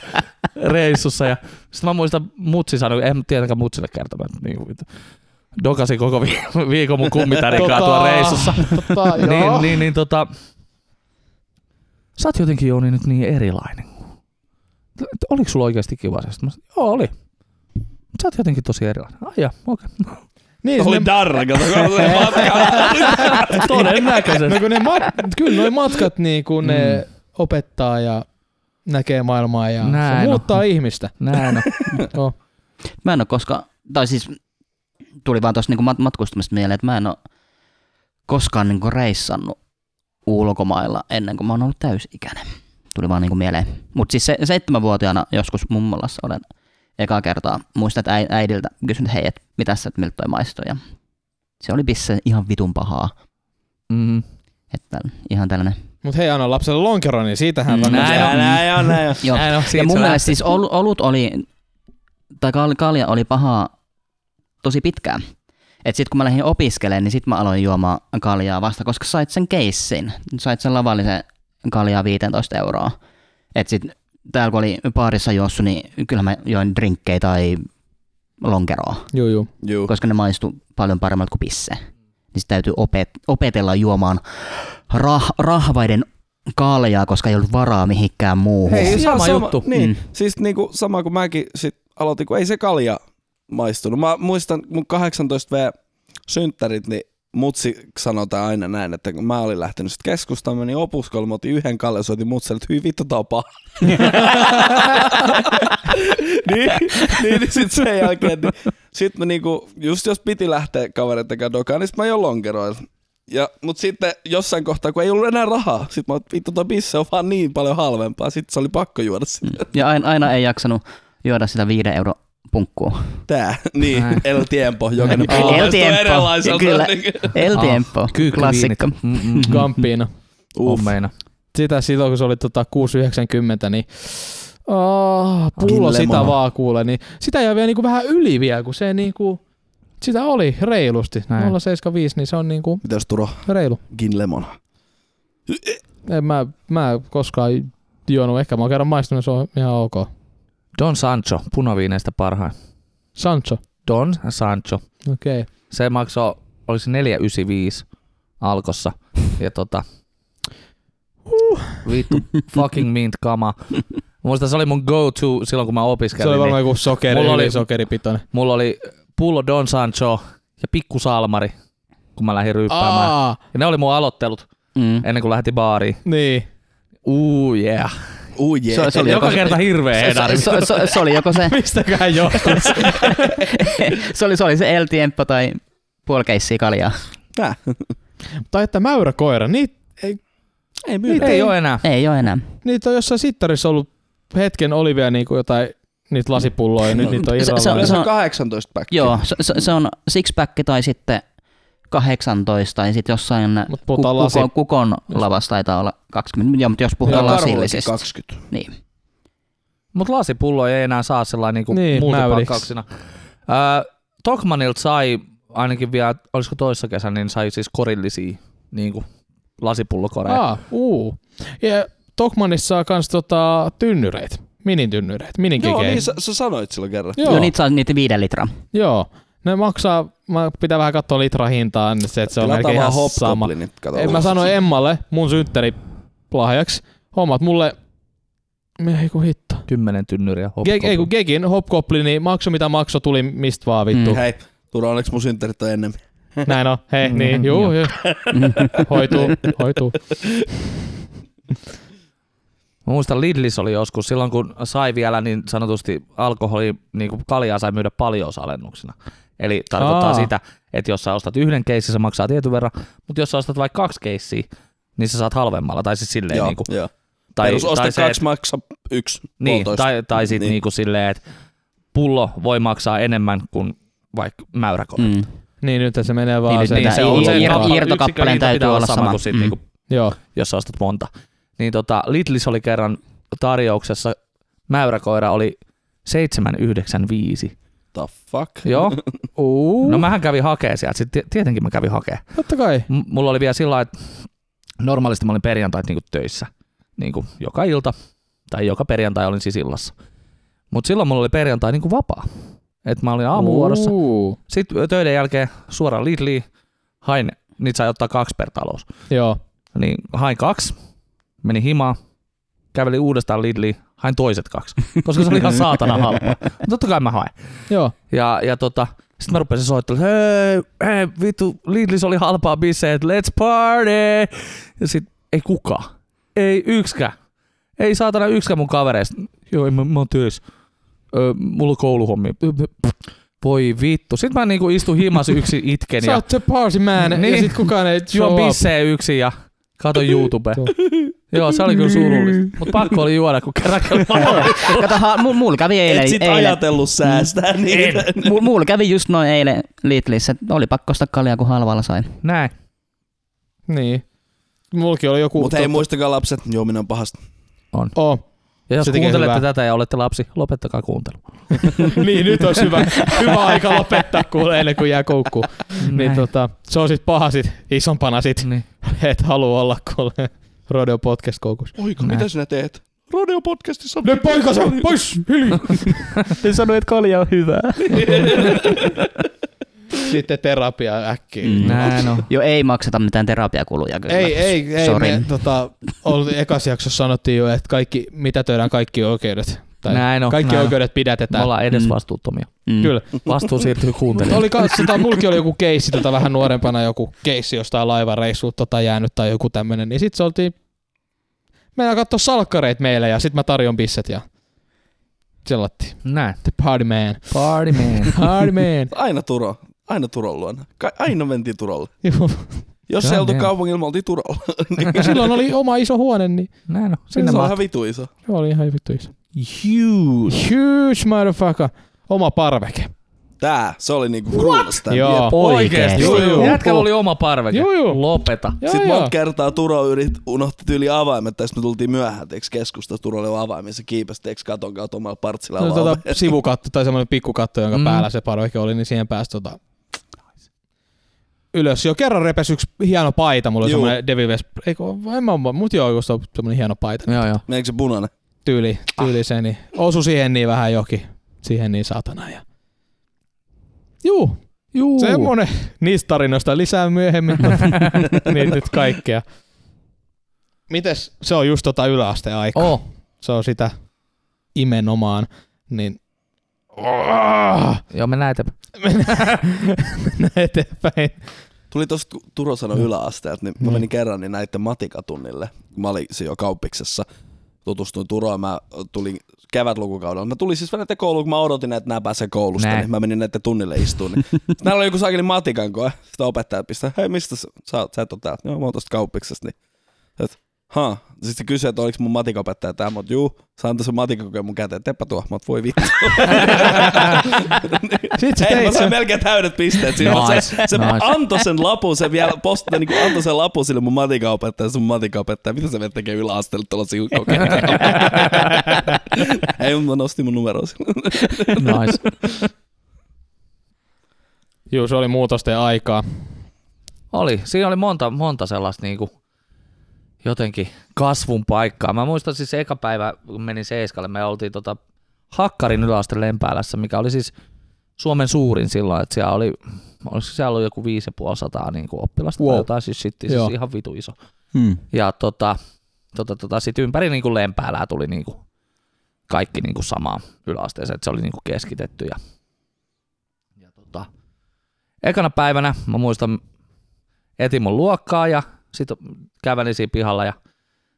Speaker 2: reissussa. Ja sitten mä muistan, mutsi sanoi, en mä tietenkään mutsille kertomaan. Niin vittu. dokasi koko vi- viikon mun kummitärin
Speaker 1: Tota,
Speaker 2: kaatua reissussa.
Speaker 1: Totta, joo.
Speaker 2: niin, niin, niin tota... Sä oot jotenkin Jouni nyt niin erilainen. Et Oliko sulla oikeasti kiva se? Sitten mä sanoin, joo oli. Sä oot jotenkin tosi erilainen. Ai ja, okei.
Speaker 3: siis
Speaker 1: niin sinne-
Speaker 5: darra, kato kun se
Speaker 2: Todennäköisesti.
Speaker 1: No kun ne mat- kyllä noi matkat niin kun ne opettaa ja näkee maailmaa ja
Speaker 2: Mm. Näin
Speaker 1: se
Speaker 2: on.
Speaker 1: muuttaa ihmistä.
Speaker 2: Näin on.
Speaker 1: Oh.
Speaker 3: Mä en ole koskaan, tai siis tuli vaan tuosta niinku mat- matkustamista mieleen, että mä en ole koskaan niinku reissannut ulkomailla ennen kuin mä oon ollut täysikäinen. Tuli vaan niinku mieleen. Mutta siis se, seitsemänvuotiaana joskus mummolassa olen eka kertaa. Muistan, että äi- äidiltä kysyin, että hei, et mitäs sä, et miltä toi maistui. Ja se oli pisse ihan vitun pahaa.
Speaker 2: Mm.
Speaker 3: Että ihan tällainen.
Speaker 1: Mut hei, anna lapselle lonkero, niin siitähän
Speaker 3: Mm,
Speaker 1: mm,
Speaker 3: näin on.
Speaker 5: Näin on, näin on.
Speaker 3: Joo.
Speaker 2: Näin on.
Speaker 3: Ja
Speaker 2: Siitä
Speaker 3: mun
Speaker 2: se
Speaker 3: mielestä siis ol- olut oli, tai kal- kalja oli pahaa tosi pitkään. Et sit kun mä lähdin opiskelemaan, niin sit mä aloin juomaan kaljaa vasta, koska sait sen keissin. Sait sen lavallisen kaljaa 15 euroa. Et sit täällä kun oli baarissa juossut, niin kyllä mä join drinkkejä tai lonkeroa,
Speaker 1: Juu, juu.
Speaker 2: Mm-hmm.
Speaker 5: Juu.
Speaker 3: koska ne maistu paljon paremmalta kuin pisse. Niin sit täytyy opet- opetella juomaan rah- rahvaiden kaljaa, koska ei ollut varaa mihinkään muuhun.
Speaker 5: Hei,
Speaker 2: Sama
Speaker 5: sama,
Speaker 2: juttu.
Speaker 5: Niin,
Speaker 3: Mm.
Speaker 5: mm. siis niinku sama kuin mäkin sit aloitin, kun ei se kalja maistunut. Mä muistan mun 18 V synttärit, niin mutsi sanotaan aina näin, että kun mä olin lähtenyt sit keskustaan, menin opuskolle, mä otin yhden kaljan, soitin mutselle, että hyvin vittu tapa. niin, niin, niin sit sen jälkeen, niin, sit mä niinku, just jos piti lähteä kavereiden kanssa dokaan, niin sit mä jo lonkeroin. Ja, mut sitten jossain kohtaa, kun ei ollut enää rahaa, sit mä oon, vittu toi bisse on vaan niin paljon halvempaa, sit se oli pakko juoda sitä.
Speaker 3: Ja aina, aina ei jaksanut juoda sitä viiden euro punkkua.
Speaker 5: Tää, niin,
Speaker 2: Näin.
Speaker 5: El Tiempo, jokainen
Speaker 2: El
Speaker 5: palvelu maistuu
Speaker 3: Tiempo,
Speaker 5: erilaiselta. niin-
Speaker 3: kyllä. El
Speaker 2: Ah,
Speaker 3: Tiempo, klassikko.
Speaker 1: Kamppiina.
Speaker 5: Uff.
Speaker 2: On Mm-hmm. meina.
Speaker 1: Sitä silloin, kun se oli tota 690, niin Oh, pullo
Speaker 5: Kille
Speaker 1: sitä
Speaker 5: mono.
Speaker 1: vaan kuule. Niin sitä jäi vielä niinku vähän yli vielä, kun se niinku, sitä oli reilusti.
Speaker 2: Näin.
Speaker 1: 075, niin se on niinku
Speaker 5: Mitäs Turo?
Speaker 1: reilu.
Speaker 5: Gin Lemon.
Speaker 1: En mä, mä koskaan juonut. Ehkä mä oon kerran maistunut, se on ihan ok.
Speaker 2: Don Sancho, punaviineistä parhain.
Speaker 1: Sancho.
Speaker 2: Don Sancho.
Speaker 1: Okei.
Speaker 2: Se maksoi, olisi 495 alkossa. Ja tota, vittu fucking mint kama. Muista se oli mun go to silloin kun mä
Speaker 1: Se
Speaker 2: opiskelin.
Speaker 1: oli
Speaker 2: niin
Speaker 1: varmaan joku sokeri,
Speaker 2: Mulla
Speaker 1: Mulla
Speaker 2: oli-
Speaker 1: oli sokeripitoinen.
Speaker 2: mulla oli pullo Don Sancho ja pikku salmari, kun mä lähdin ryyppäämään.
Speaker 1: Aa,
Speaker 2: Ja ne oli mun aloittelut
Speaker 3: Mm.
Speaker 2: ennen kuin lähti baariin.
Speaker 1: niin.
Speaker 2: Uu yeah.
Speaker 5: Uu jee.
Speaker 3: Se- se oli
Speaker 2: Joka
Speaker 3: joko-
Speaker 2: kerta hirveä
Speaker 3: Se,
Speaker 2: edari.
Speaker 3: se, se, se, oli joko se,
Speaker 1: Mistäköhän johtuu?
Speaker 3: se, oli, se, oli se El Tiempo tai puolkeissiä kaljaa.
Speaker 5: Tää.
Speaker 1: tai että mäyräkoira, niitä ei,
Speaker 5: Ei
Speaker 1: niitä
Speaker 2: Ei
Speaker 1: ei,
Speaker 2: oo enää.
Speaker 3: Ei ole enää.
Speaker 1: niitä on jossain sittarissa ollut hetken, oli vielä niinku jotain niitä lasipulloja, ja nyt niitä on
Speaker 3: Se- se on-
Speaker 1: irrallaan.
Speaker 5: Se
Speaker 3: se
Speaker 5: on 18 päkkiä.
Speaker 3: Joo, se, se, se on sixpack tai sitten 18 ja sitten jossain
Speaker 1: Mut
Speaker 3: ku,
Speaker 1: puhutaan lasi.
Speaker 3: kukon, kukon lavassa taitaa olla 20. Joo, mutta jos puhutaan Niin.
Speaker 1: Joo,
Speaker 3: lasillisista.
Speaker 5: 20.
Speaker 2: Mut lasipulloja ei enää saa sellainen niinku
Speaker 1: Niin,
Speaker 2: muutipakkauksina. Öö, Tokmanilta sai ainakin vielä, olisiko toissa kesänä, niin sai siis korillisia niinku, lasipullokoreja.
Speaker 1: Aa, uu. Ja Tokmanissa saa kans tota, tynnyreit, minitynnyreet,
Speaker 5: Joo,
Speaker 1: minikikeet.
Speaker 5: niin sä, sä sanoit silloin kerran.
Speaker 1: Joo,
Speaker 3: Joo, niitä saa niitä viiden litraa.
Speaker 1: joo. Ne maksaa, mä pitää vähän katsoa litrahintaa, niin se, että se on
Speaker 5: Tilataan
Speaker 1: melkein
Speaker 5: vaan
Speaker 1: ihan sama.
Speaker 5: hopkoplinit, kato.
Speaker 1: En mä sano Emmalle, mun synttäri lahjaksi, hommat mulle, ei kun hitto.
Speaker 2: Kymmenen tynnyriä
Speaker 1: Geg, ei
Speaker 2: hopkoplia.
Speaker 1: kun Gegin Hopkoplini niin maksu mitä maksu tuli mistä vaan vittu.
Speaker 2: Mm.
Speaker 1: Mm.
Speaker 5: Niin, Hei, Turo, onneksi mun synttärit on ennemmin.
Speaker 1: Näin on. Hei,
Speaker 2: Mm,
Speaker 1: niin, juu,
Speaker 2: joo.
Speaker 1: juu. hoituu, hoituu.
Speaker 2: Mä muistan Lidlis oli joskus, silloin kun sai vielä niin sanotusti alkoholi, niin kuin kaljaa sai myydä paljousalennuksena. Eli tarkoittaa
Speaker 1: Aa.
Speaker 2: sitä, että jos sä ostat yhden keissin, se maksaa tietyn verran, mutta jos sä ostat vaikka kaksi keissiä, niin sä saat halvemmalla, tai siis silleen
Speaker 5: Joo,
Speaker 2: niinku,
Speaker 5: joo. Tai,
Speaker 2: tai,
Speaker 5: Perus osta
Speaker 2: tai,
Speaker 5: kaksi,
Speaker 2: se, et-
Speaker 5: maksa yksi,
Speaker 2: niin,
Speaker 5: puolitoista.
Speaker 2: tai, tai sit
Speaker 5: Niin.
Speaker 2: niin. niinku silleen, että pullo voi maksaa enemmän kuin vaikka mäyräkone.
Speaker 3: Mm.
Speaker 1: Niin nyt se menee vaan
Speaker 3: Niin,
Speaker 1: se,
Speaker 3: nyt
Speaker 2: Niin,
Speaker 1: että-
Speaker 2: se on se
Speaker 3: Irto-
Speaker 2: kappa-
Speaker 3: irtokappaleen
Speaker 2: yksikön hinta
Speaker 3: täytyy
Speaker 2: pitää
Speaker 3: olla
Speaker 2: sama,
Speaker 3: sama.
Speaker 2: kuin sit
Speaker 3: Mm.
Speaker 2: niinku
Speaker 1: Joo.
Speaker 2: jos sä ostat monta. Niin tota, Lidlis oli kerran tarjouksessa, mäyräkoira oli 795.
Speaker 5: The fuck?
Speaker 2: Joo.
Speaker 1: Uu.
Speaker 2: No mähän kävin hakee sieltä, sit tie- tietenkin mä kävin hakee.
Speaker 1: Totta kai.
Speaker 2: M- mulla oli vielä sillä lailla, että normaalisti mä olin perjantait niinku töissä. Niinku joka ilta, tai joka perjantai olin siis illassa. Mutta silloin mulla oli perjantai niinku vapaa. Et mä olin aamuvuorossa.
Speaker 1: Uu.
Speaker 2: Sitten töiden jälkeen suoraan Lidliin hain, niitä sai ottaa kaksi per talous.
Speaker 1: Joo.
Speaker 2: Niin hain kaksi, meni himaan, käveli uudestaan Lidliin, hain toiset kaksi, koska se oli ihan saatana halpa. Totta kai mä hain.
Speaker 1: Joo.
Speaker 2: Ja, ja tota, sitten mä rupesin soittelemaan, hei, hei vittu, Lidlissä oli halpaa biseä, että let's party. Ja sit ei kukaan, ei yksikään, ei saatana yksikään mun kavereista. Joo, en mä, mä oon töissä. Ö, mulla on kouluhommia. Voi vittu. Sitten mä niinku istun himas yksi itken
Speaker 1: Sä
Speaker 2: ja
Speaker 1: oot the party man, niin.
Speaker 2: Niin.
Speaker 1: ja sit kukaan ei
Speaker 2: juon
Speaker 1: show up.
Speaker 2: bissee yksin ja kato YouTube. Joo, se oli kyllä surullista. Mut pakko oli juoda, kun kerran kello
Speaker 3: Kato, ha, mu- mulla kävi eilen.
Speaker 5: Et sit
Speaker 3: eilen.
Speaker 5: ajatellut säästää niitä.
Speaker 3: Mu- mulla kävi just noin eilen Lidlissä. että Oli pakko ostaa kaljaa, kun halvalla sain.
Speaker 2: Näin.
Speaker 1: Niin. Mullakin oli joku...
Speaker 5: Mutta hei, muistakaa lapset, juominen on pahasta.
Speaker 1: oh.
Speaker 2: Ja jos
Speaker 1: Se tekee
Speaker 2: kuuntelette
Speaker 1: hyvää.
Speaker 2: tätä ja olette lapsi, lopettakaa kuuntelu.
Speaker 1: niin, nyt olisi hyvä, hyvä aika lopettaa kuule ennen kuin jää koukkuun. Niin
Speaker 2: Näin.
Speaker 1: tota, se on sit paha sit, isompana sit,
Speaker 2: Niin.
Speaker 1: et halua olla kuule Rodeo Podcast koukussa.
Speaker 5: Oika,
Speaker 2: Näin.
Speaker 5: mitä sinä teet? Radio podcastissa.
Speaker 1: Ne poikansa, pois, hiljaa.
Speaker 2: En sano, että kalja on hyvää.
Speaker 1: Sitten terapia äkkiä. Mm.
Speaker 2: Näin on.
Speaker 3: Jo ei makseta mitään terapiakuluja kyllä.
Speaker 1: Ei, ei, ei.
Speaker 3: Sorry.
Speaker 1: Me, tota, oli, ekassa jaksossa sanottiin jo, että kaikki, mitä töidään kaikki oikeudet. Tai
Speaker 2: Näin on.
Speaker 1: kaikki
Speaker 2: näin on.
Speaker 1: oikeudet
Speaker 2: Me
Speaker 1: pidätetään.
Speaker 2: ollaan edes
Speaker 3: Mm.
Speaker 2: vastuuttomia.
Speaker 3: Mm.
Speaker 1: Kyllä.
Speaker 2: Vastuu siirtyy
Speaker 1: Mutta
Speaker 2: kuuntelijoille.
Speaker 1: oli kans, tota, mulki oli joku keissi, tota vähän nuorempana joku keissi jostain laivareissulta tai jäänyt tai joku tämmönen. Niin sit se oltiin, mennään katsoa salkkareita meille ja sit mä tarjon bisset ja sellattiin.
Speaker 2: Näin.
Speaker 1: The party man.
Speaker 2: Party man.
Speaker 1: Party man.
Speaker 5: Aina Turo. Aina Turon luona. Ka- aina mentiin Turolle.
Speaker 1: Juu.
Speaker 5: Jos
Speaker 2: Joo,
Speaker 5: se oltu
Speaker 2: niin.
Speaker 5: kaupungilla, me oltiin Turolla.
Speaker 1: Silloin oli oma iso huone, niin
Speaker 2: Näin on.
Speaker 5: Sinne
Speaker 2: Sinne
Speaker 5: se on
Speaker 2: mahtuu.
Speaker 5: ihan vitu iso.
Speaker 1: se oli ihan vittu iso.
Speaker 2: Huge.
Speaker 1: Huge motherfucker. Oma parveke.
Speaker 5: Tää, se oli niinku kruunosta.
Speaker 1: Joo.
Speaker 3: Oikeesti.
Speaker 2: Joo,
Speaker 1: Joo, joo.
Speaker 2: joo. Jätkällä oli oma parveke.
Speaker 1: Joo, joo.
Speaker 2: Lopeta.
Speaker 1: Joo,
Speaker 5: Sitten
Speaker 1: joo.
Speaker 5: monta kertaa Turo yrit, unohti tyyli avaimet, tai sitten me tultiin myöhään, teiks keskusta, Turo oli avaimet, se kiipesi, teiks katon kautta omalla partsilla
Speaker 1: No,
Speaker 5: no,
Speaker 1: tota, sivukatto tai semmoinen pikkukatto, jonka mm.
Speaker 2: Mm.
Speaker 1: päällä se parveke oli, niin siihen pääsi tota, ylös. Jo kerran repesi yksi hieno paita, mulla oli
Speaker 5: Juu.
Speaker 1: semmoinen Devi West, eikö, en mä oo, mut joo, se on semmoinen hieno paita,
Speaker 2: Joo, joo.
Speaker 5: Meneekö se punainen?
Speaker 1: tyyli, tyyli se, niin osu siihen niin vähän jokin, siihen niin satana. Ja... Juu,
Speaker 2: Juu.
Speaker 1: semmonen. Niistä tarinoista lisää myöhemmin, niin nyt kaikkea. Mites, se on just tota yläasteen aikaa.
Speaker 2: Oh.
Speaker 1: Se on sitä imenomaan, niin
Speaker 2: Joo, mennään eteenpäin.
Speaker 1: mennään eteenpäin.
Speaker 5: Tuli tuossa Turo sanoi yläasteelta, niin mä menin kerran niin näiden matikatunnille. Mä olin siinä jo kauppiksessa. Tutustuin Turoon, mä tulin kevätlukukaudella. Mä tulin siis näiden kouluun, kun mä odotin, että nämä pääsee koulusta.
Speaker 2: Näin.
Speaker 5: Niin mä menin näiden tunnille istuun. Niin. Sit Näillä oli joku saakeli matikan koe. Sitä opettaja pistää, hei mistä sä, sä, oot? sä et oo täältä? Joo, mä oon tosta kauppiksesta. Niin. Et, ha. Sitten se kysyi, että oliko mun matikaopettaja tää. Mä oon, juu, sä antoi sen matikakokeen mun käteen. Teppä tuo, mä oot, voi vittu.
Speaker 1: Sitten sä
Speaker 5: Hei, mä
Speaker 1: teit sen.
Speaker 5: sain melkein täydet pisteet siinä.
Speaker 2: Nice,
Speaker 5: Nice, se, se
Speaker 2: nice.
Speaker 5: antoi sen lapun, se vielä posti, niin kuin antoi sen lapun sille mun matikaopettaja, sun matikaopettaja. Mitä se menet tekee yläasteelle tuollaisia kokeita? Ei, mä nostin mun numeroa silloin.
Speaker 2: Nice.
Speaker 1: Juu, se oli muutosten aikaa.
Speaker 2: Oli. Siinä oli monta, monta sellaista niinku jotenkin kasvun paikkaa. Mä muistan siis eka päivä, kun menin Seiskalle, me oltiin tota Hakkarin yläaste Lempäälässä, mikä oli siis Suomen suurin silloin, että siellä oli, olisiko siellä ollut joku 550 niin kuin oppilasta wow.
Speaker 1: Wow.
Speaker 2: tai jotain, siis, shitti, siis
Speaker 1: Joo.
Speaker 2: ihan vitu iso.
Speaker 3: Mm.
Speaker 2: Ja tota, tota, tota, sit ympäri niin kuin Lempäälää tuli niin kuin kaikki niin kuin samaan yläasteeseen, että se oli niin kuin keskitetty. Ja, ja tota, ekana päivänä mä muistan, etin mun luokkaa ja sitten kävelin siinä pihalla ja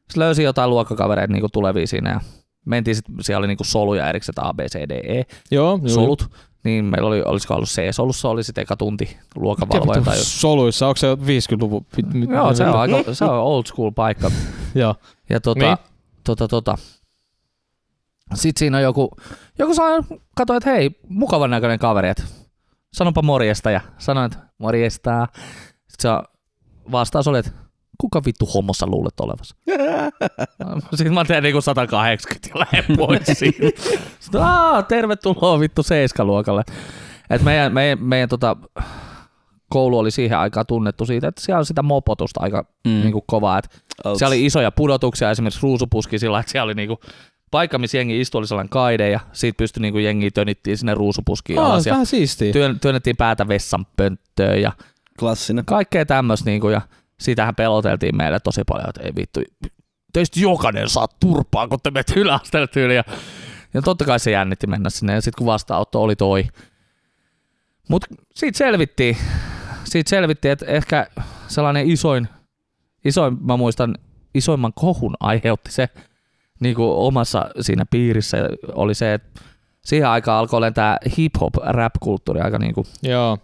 Speaker 2: sit löysin jotain luokkakavereita niin kuin tulevia siinä ja mentiin sit, siellä oli niin kuin soluja erikseen, A, B, C, D, E
Speaker 1: Joo, juu.
Speaker 2: solut, niin meillä oli, olisiko ollut C-solussa, oli sitten eka tunti luokanvalvoja tai jotain.
Speaker 1: Soluissa, onko se 50-luvun?
Speaker 2: Joo, se on, aika, se on old school paikka.
Speaker 1: Joo.
Speaker 2: Ja tota,
Speaker 1: Niin.
Speaker 2: niin. tota, tota. Sitten siinä on joku, joku saa katsoa, että hei, mukavan näköinen kaveri, että sanonpa morjesta ja sanoin, että morjesta. Sitten se vastaus oli, että kuka vittu hommossa luulet olevas? Sitten mä tein niinku 180 ja lähden pois siitä. Sitten, Aa, tervetuloa vittu seiskaluokalle. Et meidän, meidän, meidän tota, koulu oli siihen aikaan tunnettu siitä, että siellä on sitä mopotusta aika mm.
Speaker 3: Mm.
Speaker 2: niinku kovaa. Et siellä oli isoja pudotuksia, esimerkiksi ruusupuski sillä, että siellä oli niinku paikka, missä jengi istui, oli sellainen kaide ja siitä pystyi niinku jengi tönittiin sinne ruusupuskiin
Speaker 1: Aa,
Speaker 2: alas ja
Speaker 1: vähän siistiä.
Speaker 2: työn, työnnettiin päätä vessan pönttöön ja
Speaker 5: Klassinen.
Speaker 2: kaikkea tämmöistä niinku, ja siitähän peloteltiin meille tosi paljon, että ei vittu, teistä jokainen saa turpaa, kun te menet yläasteelle tyyliin. Ja, ja totta kai se jännitti mennä sinne, ja sitten kun vastaanotto oli toi. Mutta siitä selvittiin, siitä selvittiin, että ehkä sellainen isoin, isoin, mä muistan, isoimman kohun aiheutti se niin kuin omassa siinä piirissä oli se, että siihen aikaan alkoi olla tämä hip-hop rap-kulttuuri aika niin kuin
Speaker 1: Joo.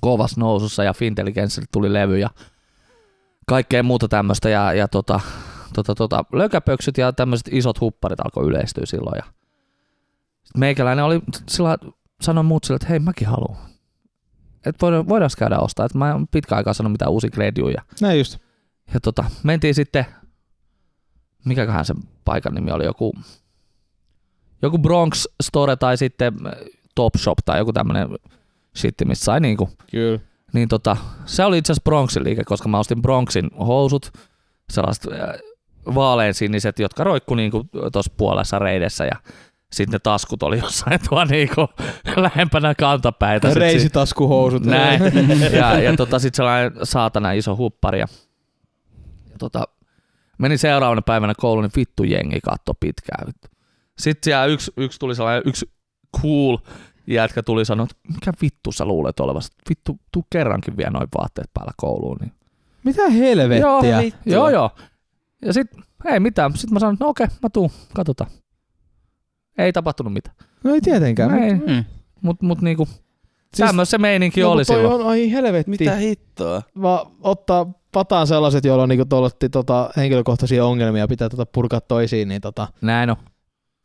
Speaker 2: kovassa nousussa ja Fintelligenssille tuli levy ja kaikkea muuta tämmöistä ja, ja tota, tota, tota, lökäpöksyt ja tämmöiset isot hupparit alkoi yleistyä silloin ja sit meikäläinen oli sillä sanoi muut sille, että hei mäkin haluan. Et voidaan, voidaan käydä ostaa, että mä en pitkään aikaa sanonut mitään uusia kredjuja.
Speaker 1: Näin just.
Speaker 2: Ja tota, mentiin sitten, mikäköhän sen paikan nimi oli, joku, joku Bronx Store tai sitten äh, Top Shop tai joku tämmönen shitti, missä sai niinku
Speaker 1: Kyllä.
Speaker 2: niin tota, se oli itse asiassa Bronxin liike, koska mä ostin Bronxin housut, sellaiset vaalean siniset, jotka roikku niinku tuossa puolessa reidessä ja sitten ne taskut oli jossain tuo niinku lähempänä kantapäitä. Sit si-
Speaker 1: Reisitaskuhousut.
Speaker 2: näin. ja, ja tota, sitten sellainen saatana iso huppari. Ja, ja tota, menin seuraavana päivänä kouluun, niin vittu jengi katto pitkään. vittu. Sitten siellä yksi, yksi tuli sellainen yksi cool jätkä tuli sanoa, että mikä vittu sä luulet olevasi? Vittu, tuu kerrankin vielä noin vaatteet päällä kouluun. Niin.
Speaker 1: Mitä helvettiä?
Speaker 2: Joo, joo, joo. Ja sit, ei mitään. Sitten mä sanoin, että no okei, mä tuun, katsotaan. Ei tapahtunut mitään.
Speaker 1: No ei tietenkään. mut-
Speaker 2: Ei,
Speaker 3: Mm.
Speaker 2: mut, mut niinku,
Speaker 1: Siis-
Speaker 2: siis, se meininki
Speaker 1: No, kun
Speaker 2: oli
Speaker 1: toi
Speaker 2: silloin.
Speaker 1: on, ai helvetti.
Speaker 5: Mitä hittoa?
Speaker 1: Vaan ottaa pataan sellaiset, joilla on niinku tolletti, tota, henkilökohtaisia ongelmia, pitää tota purkaa toisiin, niin tota,
Speaker 2: Näin on.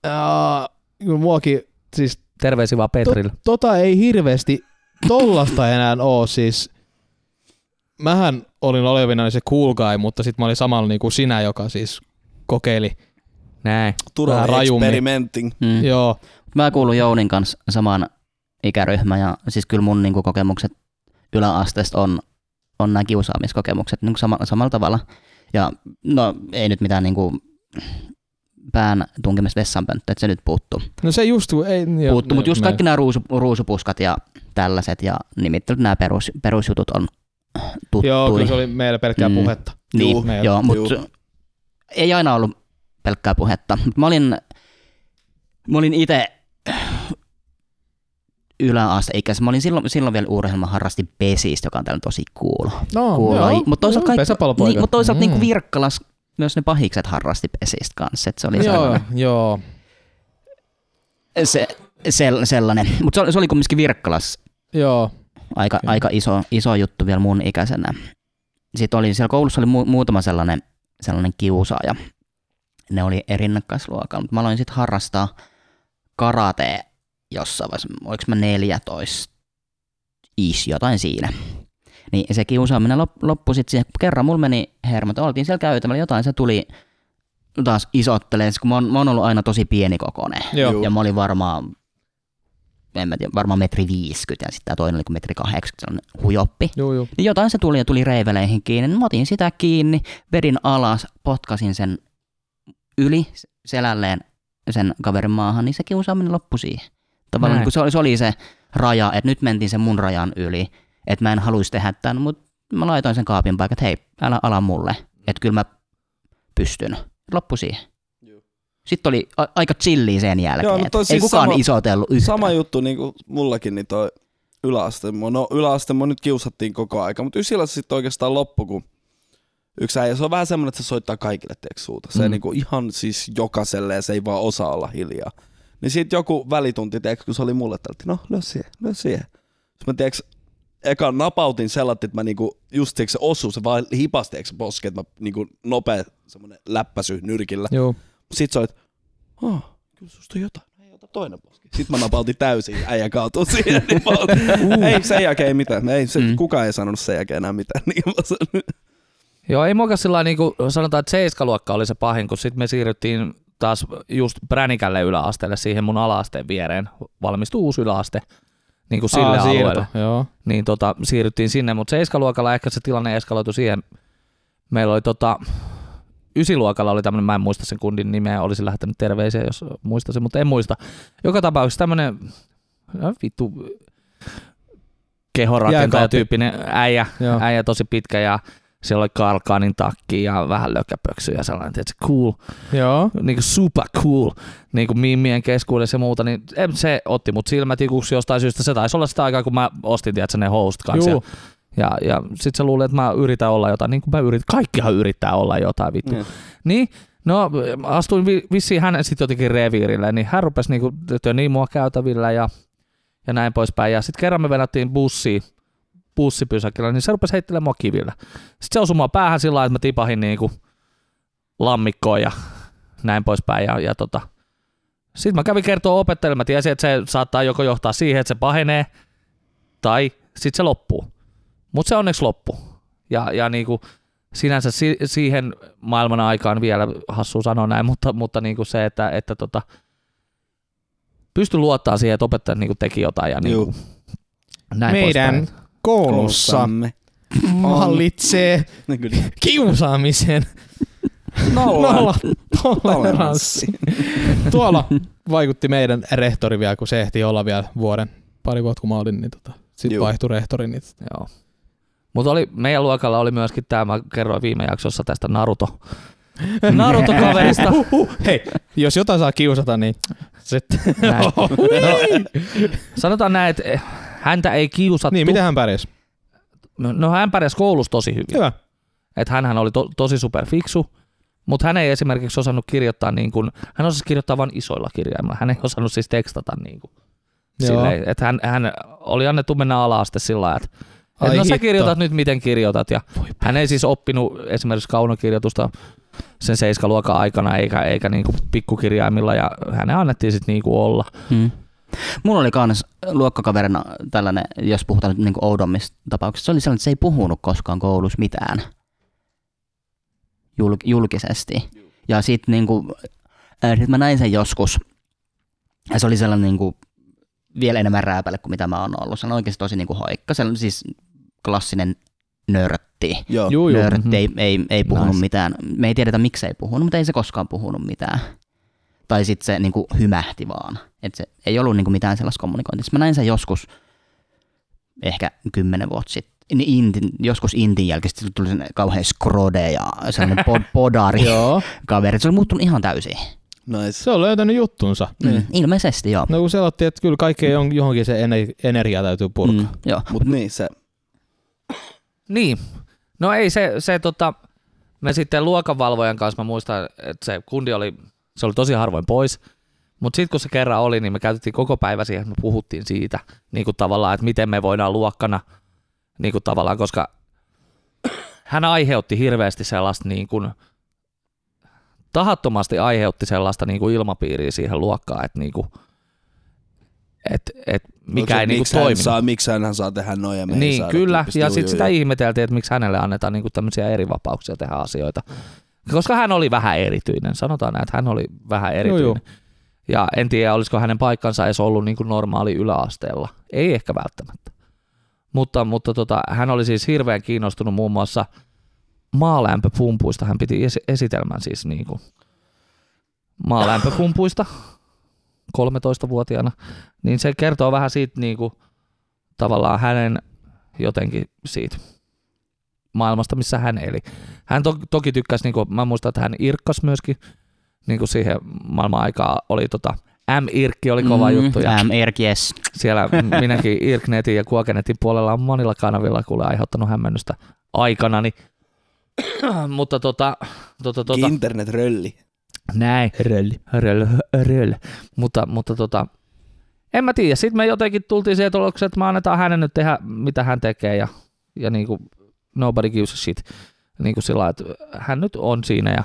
Speaker 1: aa, kyllä muakin, siis
Speaker 2: Terveisiä vaan Petrille.
Speaker 1: tota ei hirveästi tollasta enää oo, siis mähän olin olevina niin se cool guy, mutta sit mä olin samalla niinku sinä, joka siis kokeili.
Speaker 2: Näin.
Speaker 5: Turha
Speaker 1: Vähän rajummin.
Speaker 5: experimenting.
Speaker 3: Mm.
Speaker 1: Joo,
Speaker 3: Mä kuulun Jounin kanssa samaan ikäryhmään ja siis kyllä mun niin kokemukset yläasteesta on, on nämä kiusaamiskokemukset niin sama, samalla tavalla. Ja no ei nyt mitään niin kuin, pään tunkemista vessanpönttöä, että se nyt puuttuu.
Speaker 1: no se just, ei, joo,
Speaker 3: puuttuu, mutta just
Speaker 1: mä-
Speaker 3: kaikki nämä ruusu, ruusupuskat ja tällaiset ja nimittäin nämä perus, perusjutut on tuttuja.
Speaker 1: Joo, kyllä se oli meillä pelkkää
Speaker 3: Mm.
Speaker 1: puhetta.
Speaker 3: Niin,
Speaker 1: Juu, meillä.
Speaker 3: joo, mutta
Speaker 5: Juu.
Speaker 3: ei aina ollut pelkkää puhetta. Mut Mä olin, mä olin itse yläasteikäis. Mä olin silloin, silloin vielä urheilma harrasti pesistä, joka on täällä tosi cool.
Speaker 1: No,
Speaker 3: cool laji.
Speaker 1: joo,
Speaker 3: Mutta toisaalta,
Speaker 1: joo,
Speaker 3: kaikki,
Speaker 1: pesäpallopoika.
Speaker 3: niin, mut toisaalta mm.
Speaker 1: Mm.
Speaker 3: niin Virkkalas myös ne pahikset harrasti pesistä kanssa. Et se oli
Speaker 1: Joo,
Speaker 3: sellainen.
Speaker 1: joo.
Speaker 3: Se, se, sellainen. Mutta se, oli- se oli kumminkin Virkkalas
Speaker 1: Joo,
Speaker 3: aika,
Speaker 1: Kyllä.
Speaker 3: aika iso, iso juttu vielä mun ikäisenä. Sitten oli, siellä koulussa oli mu- muutama sellainen, sellainen kiusaaja. Ne oli rinnakkaisluokalla, mutta mä aloin sitten harrastaa karatea jossain vaiheessa. Oliko mä 14? Is, jotain siinä. Niin se kiusaaminen lop- loppui sitten siihen. Kerran mulla meni hermot, oltiin siellä käytämällä jotain, se tuli taas isotteleen, kun mä oon, mä oon ollut aina tosi pienikokoinen.
Speaker 1: joo.
Speaker 3: Ja mä olin varmaan, en mä tiedä, varmaan metri 50 ja sitten tämä toinen oli kuin metri 80, sellainen hujoppi.
Speaker 1: Joo, joo.
Speaker 3: Niin jotain se tuli ja tuli reiveleihin kiinni. Niin Mä otin sitä kiinni, vedin alas, potkasin sen yli selälleen sen kaverin maahan, niin se kiusaaminen loppui siihen. Tavallaan
Speaker 2: Näin.
Speaker 3: niin kun se, oli, se oli se raja, että nyt mentiin sen mun rajan yli, että mä en haluaisi tehdä tämän, mutta mä laitoin sen kaapin paikat, hei, älä ala mulle, että kyllä mä pystyn. Loppu siihen. Sitten oli a- aika chilli sen jälkeen,
Speaker 5: Joo, no
Speaker 3: että
Speaker 5: toi
Speaker 3: ei
Speaker 5: siis
Speaker 3: kukaan
Speaker 5: sama-
Speaker 3: isotellut yhtään.
Speaker 5: Sama juttu niin kuin mullakin, niin toi yläaste. Mua- No yläaste mua nyt kiusattiin koko aika, mutta ysillä se sitten oikeastaan loppu, kun yksi äijä, se on vähän semmoinen, että se soittaa kaikille tiedätkö, suuta. Se mm. niin kuin ihan siis jokaiselle ja se ei vaan osaa olla hiljaa. Niin sitten joku välitunti, tiedätkö, kun se oli mulle, että no lyö siihen, lyö siihen. Sitten mä tiedätkö, eka napautin sellaiset, että mä niinku, just tiedätkö, se osuu, se vaan hipasti tiedätkö, poski, että mä niinku nopea semmonen läppäsy nyrkillä.
Speaker 1: Joo.
Speaker 5: Sit sä olet, aah, kyllä susta on jotain. Ei, ota toinen poski. Sit mä napautin täysin, äijä kaatuu siihen. Niin mä otin, ei, sen jälkeen ei mitään. Ei, se,
Speaker 3: Mm.
Speaker 5: kukaan ei sanonut sen jälkeen enää mitään. Niin mä sanoin,
Speaker 2: Joo, ei muokas sillä niinku, sanotaan, että seiskaluokka oli se pahin, kun sitten me siirryttiin taas just Pränikälle yläasteelle siihen mun alaasteen viereen. Valmistui uusi yläaste niin kuin sille
Speaker 1: Aa, siirto,
Speaker 2: alueelle.
Speaker 1: Joo.
Speaker 2: Niin tota, siirryttiin sinne, mutta seiskaluokalla ehkä se tilanne eskaloitu siihen. Meillä oli tota, ysiluokalla oli tämmöinen, mä en muista sen kundin nimeä, olisin lähettänyt terveisiä, jos muistan sen, mutta en muista. Joka tapauksessa tämmöinen no, vittu kehorakentaja
Speaker 1: Jääkaappi.
Speaker 2: tyyppinen äijä,
Speaker 1: Joo.
Speaker 2: äijä tosi pitkä ja siellä oli Karl Kahnin takki ja vähän lökkäpöksy ja sellainen, tietysti cool,
Speaker 1: Joo.
Speaker 2: niin kuin super cool niin kuin mimmien keskuudessa ja muuta, niin em, se otti mut silmätikuksi jostain syystä. Se taisi olla sitä aikaa, kun mä ostin tiedätkö, ne host kanssa.
Speaker 1: Juu.
Speaker 2: Ja, ja sit se luuli, että mä yritän olla jotain, niin kuin mä yritän, kaikkihan yrittää olla jotain vittu.
Speaker 5: Niin.
Speaker 2: Niin, no mä astuin vi- vissiin hänen sitten jotenkin reviirille, niin hän rupesi niinku töniin mua käytävillä ja, ja näin poispäin. Ja sitten kerran me venättiin bussiin, bussipysäkillä, niin se rupesi heittelemään mua kivillä. Sitten se osui mua päähän sillä lailla, että mä tipahin niinku lammikkoon ja näin poispäin. Ja, ja tota. Sitten mä kävin kertoa opettajalle, mä tiesin, että se saattaa joko johtaa siihen, että se pahenee, tai sitten se loppuu. Mutta se onneksi loppu. Ja, ja niinku, sinänsä si- siihen maailman aikaan vielä hassu sanoa näin, mutta, mutta niinku se, että, että tota, pysty luottaa siihen, että opettajat niinku teki jotain ja niinku,
Speaker 5: Juu.
Speaker 2: näin
Speaker 1: Meidän
Speaker 2: poispäin.
Speaker 1: koulussa hallitsee
Speaker 3: Mm.
Speaker 5: Niin kyllä.
Speaker 1: kiusaamisen
Speaker 5: Nolla.
Speaker 1: nolla toleranssi.
Speaker 5: Toleranssi.
Speaker 1: Tuolla vaikutti meidän rehtori vielä, kun se ehti olla vielä vuoden, pari vuotta kun mä olin, niin tota, sitten
Speaker 5: Juu.
Speaker 1: vaihtui rehtori. Niin tota.
Speaker 2: Joo. Mutta oli, meidän luokalla oli myöskin tämä, mä kerroin viime jaksossa tästä Naruto. Naruto-kaverista.
Speaker 1: Huhhuh. Hei, jos jotain saa kiusata, niin sitten.
Speaker 2: Näin. No, sanotaan näin, että eh, häntä ei kiusattu.
Speaker 1: niin, miten hän pärjäs?
Speaker 2: No hän pärjäsi koulussa tosi hyvin.
Speaker 1: Hyvä.
Speaker 2: Että hänhän oli to, tosi superfiksu, mutta hän ei esimerkiksi osannut kirjoittaa niin kuin, hän osasi kirjoittaa vain isoilla kirjaimilla. Hän ei osannut siis tekstata niin kuin.
Speaker 1: Joo.
Speaker 2: Silleen, että hän, hän oli annettu mennä ala-aste sillä lailla, että et
Speaker 1: Ai
Speaker 2: no sä
Speaker 1: hitto.
Speaker 2: kirjoitat nyt miten kirjoitat. Ja hän ei siis oppinut esimerkiksi kaunokirjoitusta sen seiskaluokan aikana eikä, eikä niin kuin pikkukirjaimilla ja hänen annettiin sitten niin kuin olla.
Speaker 3: Mm. Mulla oli kans luokkakaverina tällainen, jos puhutaan nyt niinku oudommista tapauksista, se oli sellainen, että se ei puhunut koskaan koulussa mitään Julk- julkisesti. Ja sitten niinku, äh, sit mä näin sen joskus, ja se oli sellainen niinku, vielä enemmän rääpäle kuin mitä mä oon ollut. Se on oikeasti tosi niinku hoikka, se on siis klassinen nörtti.
Speaker 5: Joo.
Speaker 1: Juu, juu.
Speaker 3: Nörtti ei, ei, ei puhunut
Speaker 2: Nice.
Speaker 3: mitään. Me ei tiedetä miksei puhunut, mutta ei se koskaan puhunut mitään. Tai sitten se niinku hymähti vaan. Et se ei ollut niinku mitään sellaista kommunikointia. Sit Mä näin sen joskus ehkä kymmenen vuotta sitten. Niin Intin, joskus Intin jälkeen sit tuli sen kauhean skrode ja sellainen pod, podari
Speaker 1: Joo.
Speaker 3: kaveri. Se oli muuttunut ihan täysin.
Speaker 5: Nice.
Speaker 1: Se on löytänyt juttunsa.
Speaker 3: Mm, ilmeisesti joo.
Speaker 1: No kun selotti, että kyllä kaikkeen on, johonkin se ener- energia täytyy purkaa.
Speaker 3: Mm, joo.
Speaker 5: Mut niin, se
Speaker 2: Niin. No ei se, se tota, me sitten luokanvalvojan kanssa, mä muistan, että se kundi oli, se oli tosi harvoin pois. Mutta sitten kun se kerran oli, niin me käytettiin koko päivä siihen, että me puhuttiin siitä, niin kuin tavallaan, että miten me voidaan luokkana, niin kuin tavallaan, koska hän aiheutti hirveästi sellaista niin kuin, tahattomasti aiheutti sellaista niin kuin ilmapiiriä siihen luokkaan, että niin kuin, et, et mikä
Speaker 5: Onko No se,
Speaker 2: ei niin
Speaker 5: miksi
Speaker 2: kuin
Speaker 5: hän
Speaker 2: toiminut.
Speaker 5: Saa, miksi hän saa tehdä noin ja me ei
Speaker 2: Niin,
Speaker 5: saada
Speaker 2: kyllä.
Speaker 5: tyyppistä.
Speaker 2: Ja
Speaker 5: Juu,
Speaker 2: sitten
Speaker 5: juu,
Speaker 2: sitä
Speaker 5: juu.
Speaker 2: ihmeteltiin, että miksi hänelle annetaan niinku tämmöisiä eri vapauksia tehdä asioita. Koska hän oli vähän erityinen, sanotaan näin, että hän oli vähän erityinen.
Speaker 1: joo.
Speaker 2: Ja en tiedä, olisiko hänen paikkansa edes ollut niin kuin normaali yläasteella. Ei ehkä välttämättä. Mutta, mutta tota, hän oli siis hirveän kiinnostunut muun muassa maalämpöpumpuista. Hän piti esi- esitelmän siis niin kuin maalämpöpumpuista 13-vuotiaana. Niin se kertoo vähän siitä niin kuin, tavallaan hänen jotenkin siitä maailmasta, missä hän eli. Hän to- toki tykkäsi, niin kuin, mä muistan, että hän irkkas myöskin niin kuin siihen maailman aikaan oli tota, M-irkki oli kova mm, juttu ja
Speaker 3: Ähm, Erk, yes.
Speaker 2: siellä minäkin Irknetin ja Kuokenetin puolella on monilla kanavilla kuule aiheuttanut hämmennystä aikanani. Mutta tota, tota, tota,
Speaker 5: Internet-rölli.
Speaker 2: näin. Röll. Röll, röll. Mutta, mutta tota, en mä tiedä. Sitten me jotenkin tultiin siihen tulokseen, että me annetaan hänen nyt tehdä, mitä hän tekee ja, ja niin kuin nobody gives a shit. Niin kuin sillä lailla, että hän nyt on siinä ja,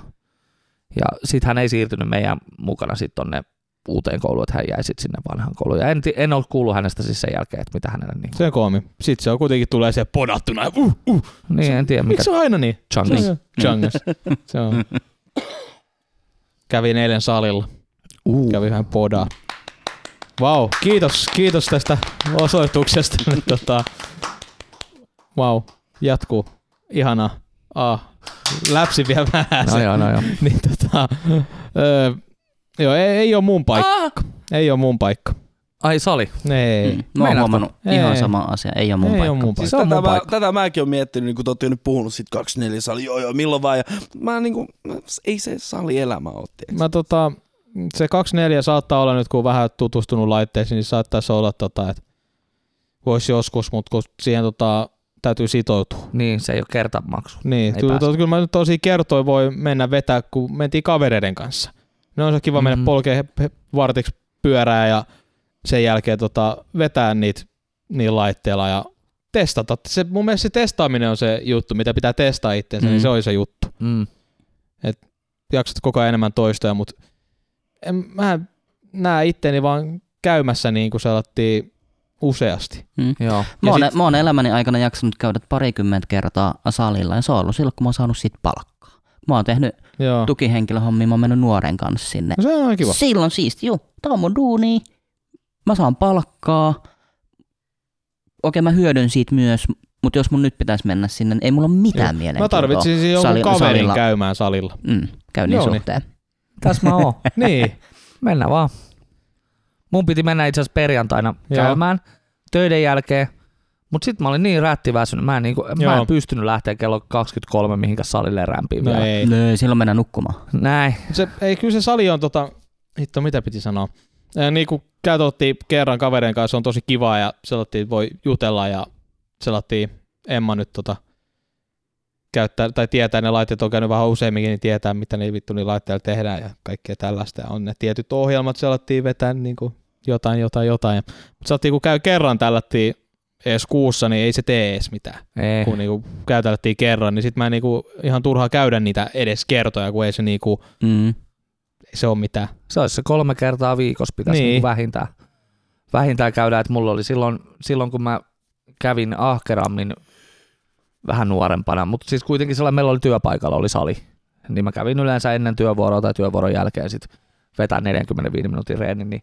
Speaker 2: ja sitten hän ei siirtynyt meidän mukana sitten tonne uuteen kouluun, että hän jäi sitten sinne vanhaan kouluun. Ja en, ti- en ole kuullut hänestä siis sen jälkeen, että mitä hänellä niin,
Speaker 1: Se on koomi. Sitten se on kuitenkin tulee se podattuna. Uh, uh.
Speaker 2: niin en tiedä mikä
Speaker 1: Miksi se on aina niin?
Speaker 2: Changis.
Speaker 1: Jungas. Se on. Kävin eilen salilla.
Speaker 2: Uh.
Speaker 1: Kävin vähän podaa. Vau, wow. kiitos, kiitos tästä osoituksesta. tota, Vau, wow. jatkuu. Ihanaa. Ah, läpsi vielä vähän.
Speaker 2: No joo, no joo.
Speaker 1: niin tota, öö, joo, ei, ei ole mun paikka. Ei ole mun paikka.
Speaker 2: Ai sali.
Speaker 1: Ei.
Speaker 3: Ah! Mm. Mä oon
Speaker 2: Meinaatko?
Speaker 3: huomannut
Speaker 1: Ei.
Speaker 3: ihan sama asia. Ei ole mun
Speaker 1: ei
Speaker 3: paikka.
Speaker 1: ole mun paikka.
Speaker 5: Siis
Speaker 1: Se on
Speaker 5: tätä,
Speaker 1: mun
Speaker 5: mä,
Speaker 1: paikka.
Speaker 5: tätä mäkin olen miettinyt, niin kun te ootte jo nyt puhunut siitä 24 sali, joo joo, milloin vaan. Ja mä niin kuin, ei se salielämä ole, tiedätkö?
Speaker 1: Mä tota, se 24 saattaa olla nyt, kun on vähän tutustunut laitteisiin, niin saattaisi olla, tota, että voisi joskus, mutta kun siihen tota, täytyy sitoutua.
Speaker 2: Niin, se ei ole kertamaksu.
Speaker 1: Niin,
Speaker 2: Ei
Speaker 1: kyllä,
Speaker 2: pääse.
Speaker 1: to, kyllä mä nyt tosi kertoi voi mennä vetää, kun mentiin kavereiden kanssa. No on se kiva mennä
Speaker 2: Mm.
Speaker 1: polkeen he- he- vartiksi pyörää ja sen jälkeen tota, vetää niitä niin laitteella ja testata. Se, mun mielestä se testaaminen on se juttu, mitä pitää testaa itseensä,
Speaker 3: Mm.
Speaker 1: niin se on se juttu.
Speaker 2: Mm.
Speaker 1: Jaksat koko ajan enemmän toistoja, mutta en, mä näe itteni vaan käymässä niin kuin selattiin useasti.
Speaker 2: Joo.
Speaker 3: Mä oon, e-,
Speaker 1: Ja
Speaker 3: mä oon elämäni aikana jaksanut käydä parikymmentä kertaa salilla ja se on ollut silloin, kun mä oon saanut siitä palkkaa. Mä oon tehnyt
Speaker 1: Joo.
Speaker 3: tukihenkilöhommia, mä oon mennyt nuoren kanssa sinne.
Speaker 1: No se on ihan kiva.
Speaker 3: Silloin siisti, juu, tää on mun duuni, mä saan palkkaa, okei mä hyödyn siitä myös, mutta jos mun nyt pitäisi mennä sinne, niin ei mulla ole mitään
Speaker 1: Mä
Speaker 3: mielenkiintoa.
Speaker 1: tarvitsisin jonkun
Speaker 3: Sali-
Speaker 1: kaverin
Speaker 3: salilla.
Speaker 1: käymään salilla.
Speaker 3: Mm, käynnin
Speaker 1: Joo, niin.
Speaker 3: suhteen.
Speaker 2: Tässä mä oon.
Speaker 1: niin,
Speaker 2: Mennään vaan. Mun piti mennä itse asiassa perjantaina
Speaker 1: Joo.
Speaker 2: käymään töiden jälkeen. Mut sit mä olin niin rättiväsynyt, mä en, niinku, mä
Speaker 1: Joo.
Speaker 2: en pystynyt lähteä kello 23 mihinkä salille rämpiin
Speaker 1: no
Speaker 2: vielä.
Speaker 1: ei.
Speaker 3: Niin. Silloin mennään nukkumaan.
Speaker 2: Näin.
Speaker 1: Se, ei, kyllä se sali on tota, hitto mitä piti sanoa. Ää, niin kuin katsottiin kerran kaverin kanssa, se on tosi kivaa ja selattiin voi jutella ja selattiin Emma nyt tota, käyttää tai tietää ne laitteet, on käynyt vähän useamminkin, niin tietää mitä niillä vittu niillä laitteilla tehdään ja kaikkea tällaista. Ja on ne tietyt ohjelmat, selattiin vetää niin kuin jotain, jotain, jotain. Ja, mutta selattiin kun käy kerran tällättiin edes kuussa, niin ei se tee edes mitään
Speaker 2: Ei.
Speaker 1: kun niinku käytältiin kerran, niin sit mä en niinku ihan turhaa käydä niitä edes kertoja, kun ei se niinku,
Speaker 3: Mm.
Speaker 1: ei se on mitään.
Speaker 2: Se olisi se kolme kertaa viikossa pitäisi
Speaker 1: Niin.
Speaker 2: niin. vähintään, vähintään käydä. Että mulla oli silloin, silloin, kun mä kävin ahkerammin vähän nuorempana, mutta siis kuitenkin sellainen, meillä oli työpaikalla oli sali. Niin mä kävin yleensä ennen työvuoroa tai työvuoron jälkeen sit vetää 45 minuutin reenin, niin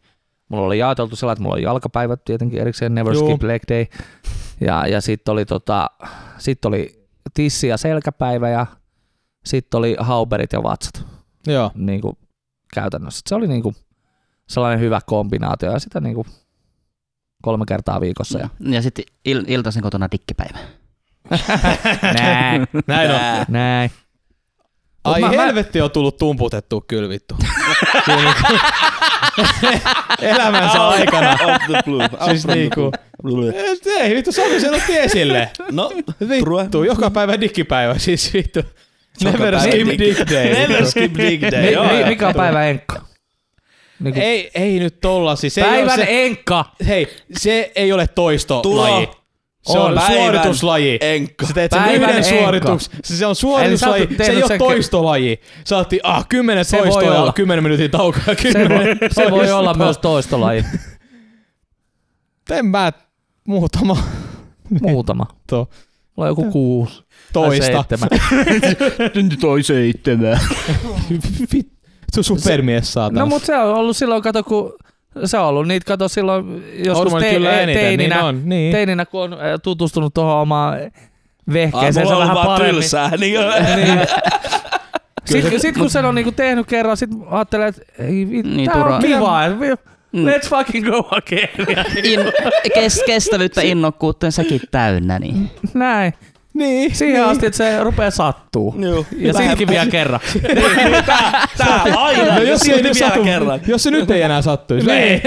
Speaker 2: mulla oli jaoteltu sellainen, että mulla oli jalkapäivät tietenkin erikseen, never
Speaker 1: Juu.
Speaker 2: Juu. skip leg day. Ja, ja sitten oli, tota, sit oli tissi ja selkäpäivä ja sitten oli hauberit ja vatsat
Speaker 1: Joo.
Speaker 2: niin kuin käytännössä. Se oli niin kuin sellainen hyvä kombinaatio ja sitä niin kuin kolme kertaa viikossa. Ja...
Speaker 3: Ja sitten il- iltaisin kotona dikkipäivä.
Speaker 2: Näin.
Speaker 1: Näin on.
Speaker 2: Näin.
Speaker 1: Ai
Speaker 2: Mut mä- mä-
Speaker 1: helvetti on tullut tumputettu kyllä vittu. Kyllä niinku- Elämänsä aikana.
Speaker 5: Out the blue. Out
Speaker 1: Siis
Speaker 5: the
Speaker 1: niinku,
Speaker 5: blue.
Speaker 1: ei vittu, se oli se otti esille.
Speaker 5: No,
Speaker 1: Vittu, joka päivä dikipäivä, siis vittu.
Speaker 5: Joka
Speaker 1: Never
Speaker 5: päivä
Speaker 1: skip
Speaker 5: dick-
Speaker 1: dick day.
Speaker 5: Never skip dick day.
Speaker 2: Mi-
Speaker 5: Joo,
Speaker 2: mi-
Speaker 5: joo.
Speaker 2: mikä on päivän enkka? Niin kuin...
Speaker 1: Ei, ei nyt tolla, siis ei
Speaker 2: Päivän e-
Speaker 1: ole se,
Speaker 2: enkka!
Speaker 1: hei, se ei ole toistolaji.
Speaker 5: Tulo.
Speaker 1: Se on,
Speaker 5: On päivän
Speaker 1: suorituslaji.
Speaker 5: Enkka.
Speaker 1: Sä teet sen
Speaker 2: e- Päivän
Speaker 1: yhden
Speaker 2: enka.
Speaker 1: suorituksen. Se, se on suorituslaji,
Speaker 2: Eli sä oot
Speaker 1: se ei
Speaker 2: tehnyt
Speaker 1: ole
Speaker 2: sen-
Speaker 1: toistolaji. Sä otti, ah, kymmenen
Speaker 2: Se voi
Speaker 1: toistoa ja
Speaker 2: olla.
Speaker 1: kymmenen minuutin taukoa. ja
Speaker 2: Se
Speaker 1: kymmenen
Speaker 2: voi, se voi
Speaker 1: toistoa.
Speaker 2: olla myös toistolaji.
Speaker 1: En mä muutama
Speaker 2: Muutama.
Speaker 1: Tuo.
Speaker 2: Mulla on joku kuusi. Tai
Speaker 1: toista.
Speaker 2: seitsemän.
Speaker 3: Toi seitsemän.
Speaker 1: Vittu, se on supermies saatana.
Speaker 2: No mut se on ollut silloin, kato kun... Se on ollut niitä, kato silloin
Speaker 1: Oon
Speaker 2: joskus
Speaker 1: mä
Speaker 2: te- e-
Speaker 1: kyllä eniten,
Speaker 2: teininä,
Speaker 1: niin on. Niin.
Speaker 2: teininä, kun on äh, tutustunut tuohon omaan
Speaker 5: Ai,
Speaker 2: vehkeeseen,
Speaker 5: mulla
Speaker 2: se
Speaker 5: on
Speaker 2: vähän
Speaker 5: vaan
Speaker 2: paremmin.
Speaker 5: tylsää. Niin,
Speaker 2: niin. Sitten sit, kun sen on niinku tehnyt kerran, sit ajattelee, että ei vittu,
Speaker 3: Niin,
Speaker 2: niin, tää
Speaker 3: turha.
Speaker 2: on kivaa. et vi-
Speaker 3: Mm.
Speaker 2: Let's fucking go again.
Speaker 3: In, kes, kestävyyttä, innokkuutta ja säkin täynnä. Niin.
Speaker 2: Näin.
Speaker 1: niin.
Speaker 2: Siihen asti, että se rupeaa sattuu.
Speaker 5: Joo.
Speaker 2: Ja
Speaker 5: Vähän-
Speaker 2: sitkin vielä kerran. Niin,
Speaker 5: Tää aina.
Speaker 1: No, jos,
Speaker 5: jos
Speaker 1: se ei
Speaker 5: silti
Speaker 1: nyt
Speaker 5: vielä
Speaker 1: satu,
Speaker 5: kerran.
Speaker 1: jos se nyt ei enää sattuisi.
Speaker 2: Niin.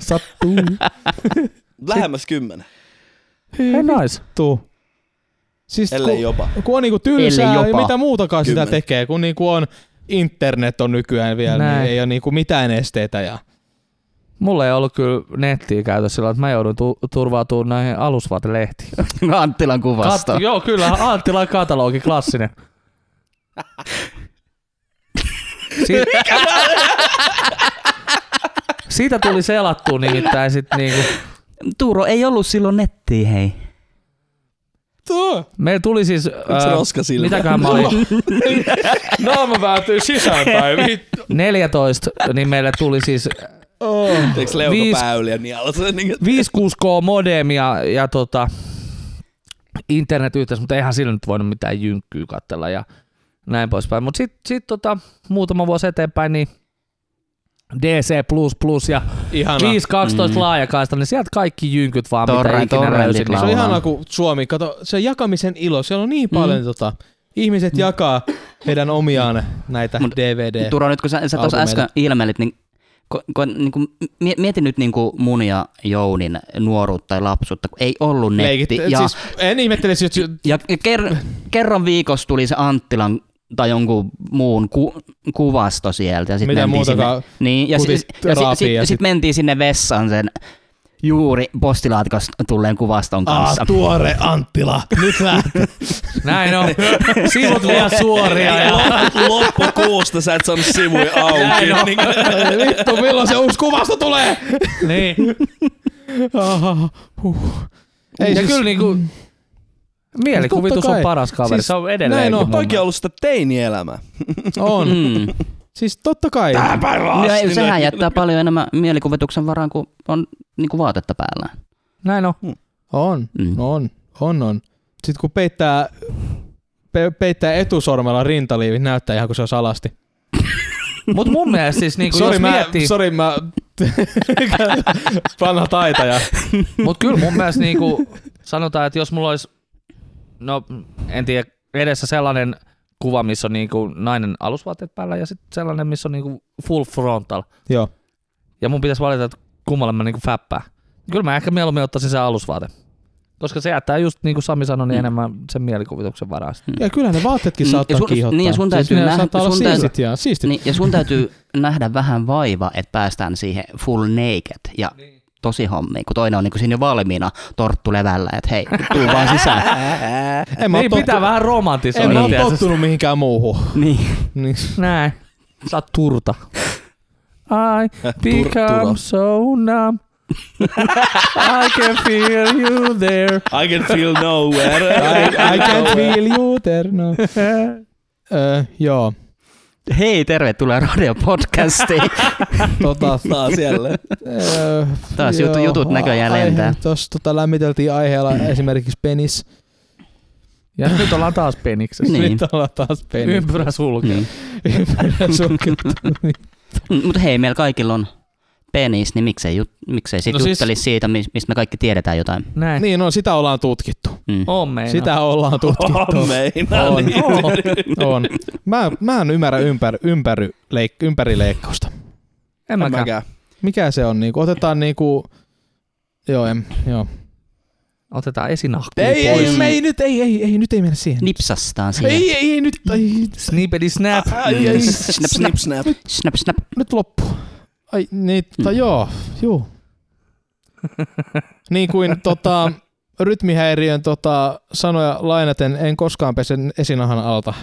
Speaker 2: Sattuu.
Speaker 5: Lähemmäs kymmenen.
Speaker 2: Hei, nice.
Speaker 1: Vittu. Siis
Speaker 5: Ellei
Speaker 1: ku-
Speaker 5: jopa.
Speaker 1: kun on niinku tylsää
Speaker 3: Ellei
Speaker 1: ja
Speaker 3: jopa.
Speaker 1: mitä muutakaan sitä
Speaker 5: Kymmenen.
Speaker 1: tekee, kun niinku on internet on nykyään vielä,
Speaker 2: Näin.
Speaker 1: niin ei ole niinku mitään esteitä. Ja...
Speaker 2: Mulla ei ollut kyllä nettiä käytössä sillä, että mä joudun tu- turvautumaan näihin alusvaatelehtiin.
Speaker 3: Anttilan kuvasta.
Speaker 2: Kat- joo, kyllä. Anttilan katalogi, klassinen. Si- Siitä tuli selattua nimittäin sit niinku.
Speaker 3: Tuuro ei ollut silloin nettiä, hei.
Speaker 1: Tuo.
Speaker 2: Me tuli siis...
Speaker 5: Onks se
Speaker 2: ää,
Speaker 5: roska silmä?
Speaker 2: Mitäköhän mä olin? No,
Speaker 1: Naama päätyy sisään tai vittu.
Speaker 2: 14, niin meille tuli siis
Speaker 1: Oh.
Speaker 5: Teekö
Speaker 2: Viis-
Speaker 5: niinku- leukapäyliä niin alas?
Speaker 2: 5-6K modem ja, ja tota, internetyhteys, mutta eihän sillä nyt voinut mitään jynkkyä katsella ja näin poispäin. Mutta sitten sit, tota, muutama vuosi eteenpäin, niin DC++ ja
Speaker 1: Ihana.
Speaker 2: 512
Speaker 3: Mm.
Speaker 2: mm. laajakaista, niin sieltä kaikki jynkyt vaan,
Speaker 3: Torre-
Speaker 2: mitä ikinä niin löysin.
Speaker 3: torrentit
Speaker 1: Se on
Speaker 3: laulaa.
Speaker 1: ihanaa, kun Suomi, kato, se jakamisen ilo, siellä on niin paljon mm. tota, ihmiset jakaa heidän omiaan näitä
Speaker 3: Mut-
Speaker 1: DVD.
Speaker 3: Turo, nyt kun sä, sä tuossa
Speaker 1: Albumeita.
Speaker 3: äsken ilmelit, niin, ko, ko, niin kun, mie- mieti nyt niin kuin mun ja Jounin nuoruutta tai lapsuutta, kun ei ollut netti.
Speaker 1: Leikit-
Speaker 3: ja,
Speaker 1: siis, en ihmettelisi, jos...
Speaker 3: ja ker, kerran viikossa tuli se Anttilan tai jonkun muun ku, kuvasto sieltä. Ja sit
Speaker 1: Mitä
Speaker 3: mentiin
Speaker 1: muutakaan
Speaker 3: Sinne, niin, ja, si,
Speaker 1: kutit
Speaker 3: ja, ja, si,
Speaker 1: raapii
Speaker 3: si,
Speaker 1: ja
Speaker 3: ja sit,
Speaker 1: sit-
Speaker 3: sit mentiin sinne vessaan sen juuri postilaatikosta tulleen kuvaston
Speaker 1: Ah,
Speaker 3: kanssa.
Speaker 1: tuore Anttila. Nyt lähtee.
Speaker 2: Näin on. Sivut vielä suoria. Ja...
Speaker 5: Loppukuusta sä et saanut sivuja auki.
Speaker 2: on.
Speaker 5: Niin,
Speaker 1: Vittu, milloin se uusi kuvasto tulee?
Speaker 2: Niin.
Speaker 1: Aha, huh.
Speaker 2: Ei, ja siis... kyllä niinku, mielikuvitus
Speaker 1: Totta
Speaker 2: on
Speaker 1: kai.
Speaker 2: paras kaveri.
Speaker 1: Siis
Speaker 2: Siis, se on edelleen.
Speaker 1: näin on.
Speaker 5: toki on ollut sitä teini-elämää.
Speaker 1: on. Mm.
Speaker 3: Mm.
Speaker 1: Siis totta kai.
Speaker 5: Päivä
Speaker 3: No, ei, sehän jättää paljon enemmän mielikuvituksen varaan, kun on niin kuin vaatetta päällä.
Speaker 2: Näin on.
Speaker 1: On,
Speaker 3: Mm.
Speaker 1: on, on, on. Sitten kun peittää, pe, peittää etusormella rintaliivit, näyttää ihan kuin se on alasti.
Speaker 2: Mut mun mielestä siis niinku,
Speaker 1: Sori,
Speaker 2: jos
Speaker 1: mä,
Speaker 2: miettii,
Speaker 1: sori, mä vanha taitaja.
Speaker 2: mut kyllä mun mielestä niinku, sanotaan, että jos mulla olisi, no en tiedä, edessä sellainen kuva, missä on niinku nainen alusvaatteet päällä ja sitten sellainen, missä on niinku full frontal.
Speaker 1: Joo.
Speaker 2: Ja mun pitäisi valita, että kummalle mä niinku fäppään. Kyllä mä ehkä mieluummin ottaisin se alusvaate. Koska se jättää just niin kuin Sami sanoi, niin
Speaker 3: Mm.
Speaker 2: enemmän sen mielikuvituksen varaan.
Speaker 1: Ja kyllä ne vaatteetkin
Speaker 3: Mm,
Speaker 1: saattaa
Speaker 3: ja sun-
Speaker 1: kiihottaa.
Speaker 3: niin, ja sun täytyy
Speaker 1: siis ne
Speaker 3: nähdä-
Speaker 1: saattaa olla
Speaker 3: sun täytyy-
Speaker 1: siistit ja siistit.
Speaker 3: Niin, ja sun täytyy nähdä vähän vaiva, että päästään siihen full naked ja tosi hommiin, kun toinen on niin kuin siinä jo valmiina torttu levällä, että hei, tuu vaan sisään.
Speaker 1: en mä oo
Speaker 2: Niin pitää
Speaker 1: tottu-
Speaker 2: vähän
Speaker 1: en
Speaker 2: romantisoida.
Speaker 1: mä ole
Speaker 2: tiedätkö?
Speaker 1: tottunut mihinkään muuhun.
Speaker 3: niin.
Speaker 1: Niin.
Speaker 2: Näin. Sä oot turta. I
Speaker 5: Turturo.
Speaker 2: become so numb. I can feel you there.
Speaker 5: I can feel nowhere.
Speaker 1: I, I can't feel you there, no. Öö, joo,
Speaker 3: Hei, tervetuloa Radio Podcastiin.
Speaker 1: tota,
Speaker 5: Taas jälleen.
Speaker 1: öö,
Speaker 3: Taas
Speaker 1: joo,
Speaker 3: jutu- jutut näköjään
Speaker 1: aihe-
Speaker 3: lentää. Mm.
Speaker 1: Tuossa tota, lämmiteltiin aiheella esimerkiksi penis.
Speaker 2: Ja nyt ollaan taas peniksessä.
Speaker 3: Niin.
Speaker 1: Nyt ollaan taas penis.
Speaker 2: Ympyrä sulkee.
Speaker 3: mm.
Speaker 1: Ympärä sulkettu.
Speaker 3: Mutta Mm. hei, meillä kaikilla on penis, niin miksei, jut, miksei sit
Speaker 1: No
Speaker 3: no
Speaker 1: siis-
Speaker 3: juttelisi siitä, mis- mistä me kaikki tiedetään jotain.
Speaker 2: Näin.
Speaker 1: niin on, sitä ollaan tutkittu.
Speaker 3: Mm.
Speaker 2: On meina.
Speaker 1: Sitä ollaan tutkittu.
Speaker 5: On meinaa.
Speaker 1: On.
Speaker 5: niin.
Speaker 2: Oo.
Speaker 1: On. Mä, mä en ymmärrä ympär, ympäry, leik, ympärileikkausta.
Speaker 2: En
Speaker 5: En
Speaker 2: mäkään.
Speaker 5: mäkään.
Speaker 1: Mikä se on? Niinku, otetaan niinku... Joo, en, joo. niin
Speaker 2: Otetaan esinahku
Speaker 1: Ei, ei,
Speaker 2: pois.
Speaker 1: ei, ei, nyt, ei, ei, ei, nyt ei mennä siihen.
Speaker 3: Niin, Nipsastaan siihen.
Speaker 1: Ei, ei, ei, nyt, ei,
Speaker 2: Snippity snap.
Speaker 5: Ai, ai,
Speaker 3: Snap, snap.
Speaker 5: Snip, snap.
Speaker 3: Snap, snap.
Speaker 1: nyt loppu. Ai, niin, tota, joo, juu. niin kuin tota, rytmihäiriön tota, sanoja lainaten, en koskaan pese esinahan alta.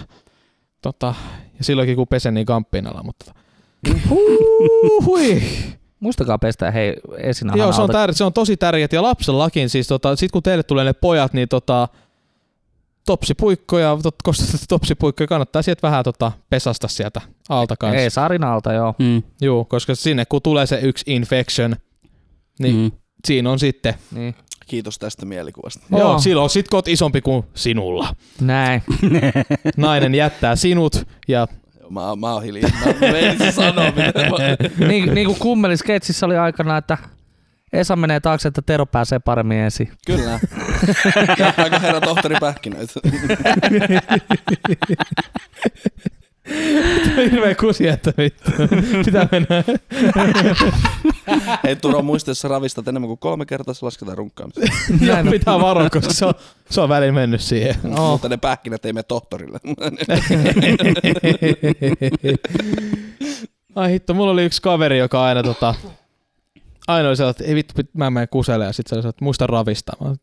Speaker 1: Tota, ja silloinkin kun pesen, niin kamppinalla, mutta... Huuhui.
Speaker 2: Muistakaa pestää hei esinahan
Speaker 1: Joo, se on,
Speaker 2: alta.
Speaker 1: tär- se on tosi tärkeää. Ja lapsellakin, siis tota, sit kun teille tulee ne pojat, niin tota, topsipuikkoja, tot, kostatte topsipuikkoja, kannattaa sieltä vähän tota, pesasta sieltä alta kanssa.
Speaker 2: Ei, sarin alta joo.
Speaker 3: Mm.
Speaker 1: Joo, koska sinne kun tulee se yksi infection, niin mm.
Speaker 3: Mm.
Speaker 1: siinä on sitten.
Speaker 2: Niin.
Speaker 5: Kiitos tästä mielikuvasta.
Speaker 1: Oh.
Speaker 2: Joo.
Speaker 1: Joo, silloin sit kun oot isompi kuin sinulla.
Speaker 2: Näin.
Speaker 1: Nainen jättää sinut ja
Speaker 5: Mä, mä oon hiljaa. Mä en sano mitä. mä-
Speaker 2: niin, niin kuin kummelisketsissä oli aikana, että Esa menee taakse, että Tero pääsee paremmin ensin.
Speaker 5: Kyllä. Aika herra tohtori pähkinöitä.
Speaker 1: hirveä kusi, että vittu. pitää mennä.
Speaker 5: Hei Turo, muista, jos sä ravistat enemmän kuin kolme kertaa, se lasketaan runkkaamista.
Speaker 1: ja
Speaker 2: Näin on.
Speaker 1: pitää varoa, koska se on, se on väliin mennyt siihen.
Speaker 5: Oh. Mutta ne pähkinät ei mene tohtorille.
Speaker 1: Ai hitto, mulla oli yksi kaveri, joka aina tota, aina oli sellainen, että ei vittu, pit- mä menen kuselle ja sitten se oli sellainen, että muista ravista. Mä, olin,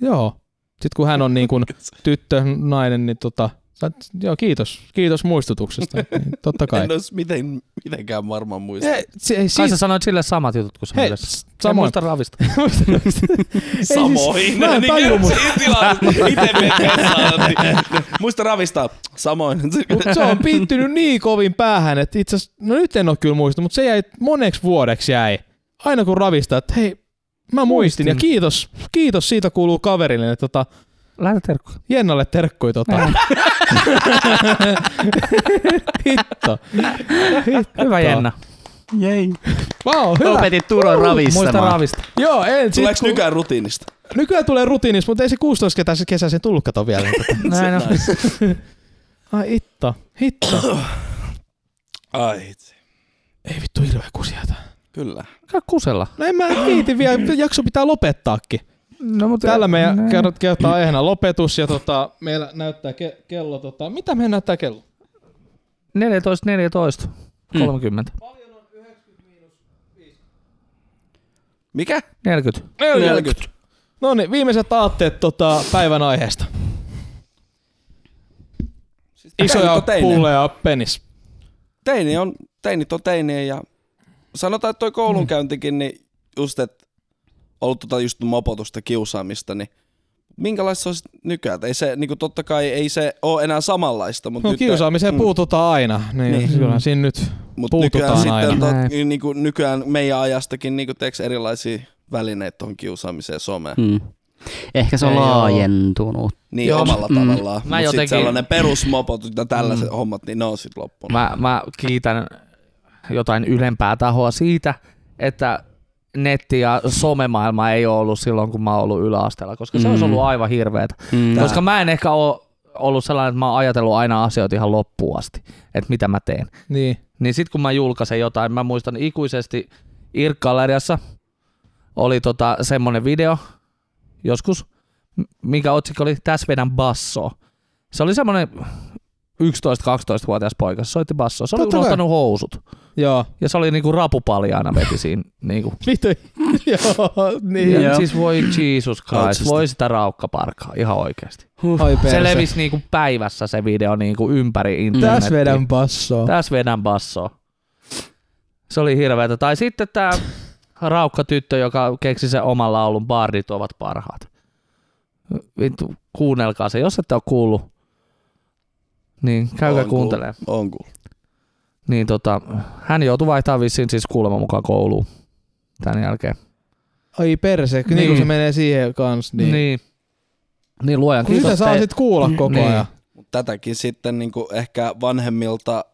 Speaker 1: joo. Sitten kun hän on niin kuin tyttö, nainen, niin tota, sä- joo, kiitos, kiitos muistutuksesta. Niin, totta kai.
Speaker 5: en olisi miten, mitenkään varmaan muista.
Speaker 1: Ei, si- ei,
Speaker 2: Kai sä
Speaker 1: siis,
Speaker 2: sanoit sille samat jutut kuin
Speaker 1: hei,
Speaker 2: sille.
Speaker 1: s-
Speaker 2: En
Speaker 1: samoin.
Speaker 2: muista Niin ravista.
Speaker 1: Ei siis,
Speaker 5: Samoin. Niin
Speaker 1: mä en tajua,
Speaker 5: kerro
Speaker 1: mut-
Speaker 5: siinä tilanteessa, miten me kesään. Muista ravistaa. Samoin.
Speaker 1: Mutta se on piittynyt niin kovin päähän, että itse asiassa, no nyt en ole kyllä muistanut, mutta se jäi moneksi vuodeksi jäi. Aina kun ravistaa, että hei, mä muistin, muistin. ja kiitos, kiitos siitä kuuluu kaverille, että tota,
Speaker 2: Lähetä terkkuja.
Speaker 1: Jennalle terkkui tota. Hitto.
Speaker 2: Hyvä Jenna.
Speaker 5: Jei.
Speaker 1: Vau, wow, hyvä.
Speaker 3: Lopetit Turon
Speaker 2: Muista
Speaker 3: ravistamaan.
Speaker 2: ravista.
Speaker 1: Joo, en. Sit,
Speaker 5: Tuleeko
Speaker 1: kun-
Speaker 5: nykään rutiinista?
Speaker 1: Nykyään tulee rutiinissa, mutta ei se 16 ketä se kesä sen tullut kato vielä.
Speaker 2: Näin on.
Speaker 1: Ai hitto, hitto.
Speaker 5: Ai itse.
Speaker 1: ei vittu hirveä kusjata.
Speaker 5: Kyllä.
Speaker 2: Käy kusella.
Speaker 1: No en mä viitin vielä, jakso pitää lopettaakin.
Speaker 2: No, mutta
Speaker 1: Tällä meidän
Speaker 2: Näin.
Speaker 1: kerrot kertaa aiheena lopetus ja tota, meillä näyttää ke- kello. Tota, mitä meidän näyttää kello?
Speaker 2: 14, 14, 30.
Speaker 5: Mikä?
Speaker 2: 40.
Speaker 5: 40.
Speaker 1: No niin, viimeiset aatteet tota, päivän aiheesta.
Speaker 5: Siis teinit
Speaker 1: Isoja
Speaker 5: on teinejä.
Speaker 1: pulleja penis.
Speaker 5: Teini on, teinit on teinejä ja sanotaan, että toi koulunkäyntikin, niin just, että ollut tota just mopotusta kiusaamista, niin minkälaista se olisi nykyään? Et Ei se, niinku totta kai ei se ole enää samanlaista, mutta,
Speaker 1: No
Speaker 5: nyt,
Speaker 1: kiusaamiseen
Speaker 5: Mm.
Speaker 1: puututaan aina, niin,
Speaker 5: Niin.
Speaker 1: niin. kyllähän siinä nyt
Speaker 5: mut
Speaker 1: puututaan
Speaker 5: nykyään, sitten,
Speaker 1: aina.
Speaker 5: tot,
Speaker 2: Näin.
Speaker 5: niin, niinku, nykyään meidän ajastakin niinku, teeks erilaisia välineitä tuohon kiusaamiseen someen.
Speaker 3: Mm. Ehkä se on
Speaker 2: Ei oo.
Speaker 3: laajentunut.
Speaker 5: Niin
Speaker 2: Joo,
Speaker 5: omalla
Speaker 3: mm.
Speaker 5: tavallaan.
Speaker 2: Mä
Speaker 5: Mä jotenkin...
Speaker 2: jotenkin-
Speaker 5: Sitten sellainen perusmopot ja tällaiset hommat, niin ne on sitten loppunut.
Speaker 2: Mä, mä kiitän jotain ylempää tahoa siitä, että netti ja somemaailma ei ole ollut silloin, kun mä oon ollut yläasteella, koska se
Speaker 3: Mm.
Speaker 2: olisi ollut aivan hirveetä.
Speaker 3: Mm.
Speaker 5: Tää-
Speaker 2: Koska mä en ehkä ole ollut sellainen, että mä oon ajatellut aina asioita ihan loppuun asti, että mitä mä teen.
Speaker 1: Niin.
Speaker 2: Niin sit kun mä julkaisen jotain, mä muistan ikuisesti irk galleriassa oli tota semmonen video joskus, m- minkä otsikko oli Tässä vedän bassoa. Se oli semmonen 11-12-vuotias poika, se soitti bassoa. Se oli
Speaker 1: Totta kai.
Speaker 2: unohtanut housut.
Speaker 1: Joo.
Speaker 2: Ja se oli niinku rapupaljaana veti siinä. Niinku.
Speaker 1: Vittu. Joo, niin.
Speaker 2: Ja
Speaker 3: Joo.
Speaker 2: siis voi Jesus Christ,
Speaker 5: Otsasta.
Speaker 2: voi sitä raukkaparkaa, ihan oikeesti.
Speaker 1: Ai
Speaker 2: Se
Speaker 1: perse.
Speaker 2: levisi niinku päivässä se video niinku ympäri
Speaker 5: Mm.
Speaker 2: internetiä.
Speaker 1: Tässä vedän bassoa.
Speaker 2: Tässä vedän bassoa. Se oli hirveetä. Tai sitten tämä raukka tyttö, joka keksi sen oman laulun Bardit ovat parhaat. Vittu, kuunnelkaa se, jos ette ole kuullut. Niin, käykää
Speaker 5: On kuullut.
Speaker 2: kuuntelemaan.
Speaker 5: On kuullut.
Speaker 2: Niin tota, hän joutui vaihtamaan vissiin siis kuuleman mukaan kouluun tämän jälkeen.
Speaker 1: Ai perse, niin. niin
Speaker 2: Niin.
Speaker 1: kun se menee siihen kans, niin... niin.
Speaker 2: niin. Niin luojan
Speaker 1: Kun sitä
Speaker 2: kiitos.
Speaker 1: saa
Speaker 2: te-
Speaker 1: sit kuulla koko
Speaker 2: Niin.
Speaker 1: ajan.
Speaker 5: Mut tätäkin sitten niin kuin ehkä vanhemmilta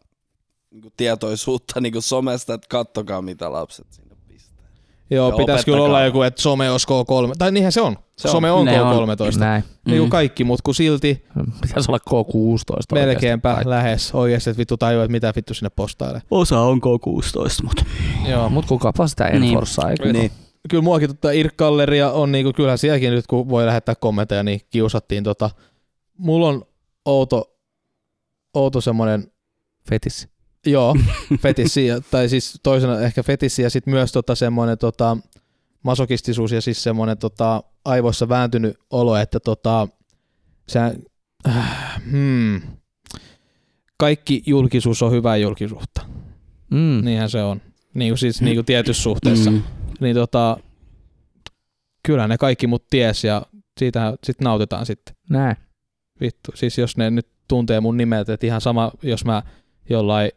Speaker 5: niin kuin tietoisuutta niin kuin somesta, että kattokaa mitä lapset sinne pistää.
Speaker 1: Joo,
Speaker 5: Ja
Speaker 1: pitäis kyllä
Speaker 5: opettakaa.
Speaker 1: olla joku, että some olisi K3. Tai niinhän se on.
Speaker 5: Se on.
Speaker 1: some on,
Speaker 3: Ne
Speaker 1: K13.
Speaker 2: Näin.
Speaker 1: Niin kuin
Speaker 3: Mm.
Speaker 1: kaikki, mut kun silti
Speaker 2: Pitäisi olla K16 oikeasti.
Speaker 1: melkeinpä lähes oikeesti, että vittu tajuu, että mitä vittu sinne postailee.
Speaker 3: Osa on K16, mutta...
Speaker 1: Joo,
Speaker 2: Mut kukapa sitä
Speaker 3: Niin.
Speaker 2: enforsaa. Niin.
Speaker 5: Niin.
Speaker 1: kyllä muakin tota Irkkalleria on, niinku, kyllähän sielläkin nyt kun voi lähettää kommentteja, niin kiusattiin tota. Mulla on outo, outo semmonen,
Speaker 2: Fetissi.
Speaker 1: joo, fetissi, ja- tai siis toisena ehkä fetissi ja sitten myös tota semmonen tota, masokistisuus ja siis semmonen tota, aivoissa vääntynyt olo, että tota, sä, äh, hmm, kaikki julkisuus on hyvää julkisuutta.
Speaker 2: Mm.
Speaker 1: Niinhän se on. Niin kuin siis niin kuin tietyssä suhteessa
Speaker 3: Mm.
Speaker 1: niin tota, kyllä ne kaikki mut ties ja siitä sit nautitaan sitten.
Speaker 2: Näin.
Speaker 1: Vittu, siis jos ne nyt tuntee mun nimet, että ihan sama, jos mä jollain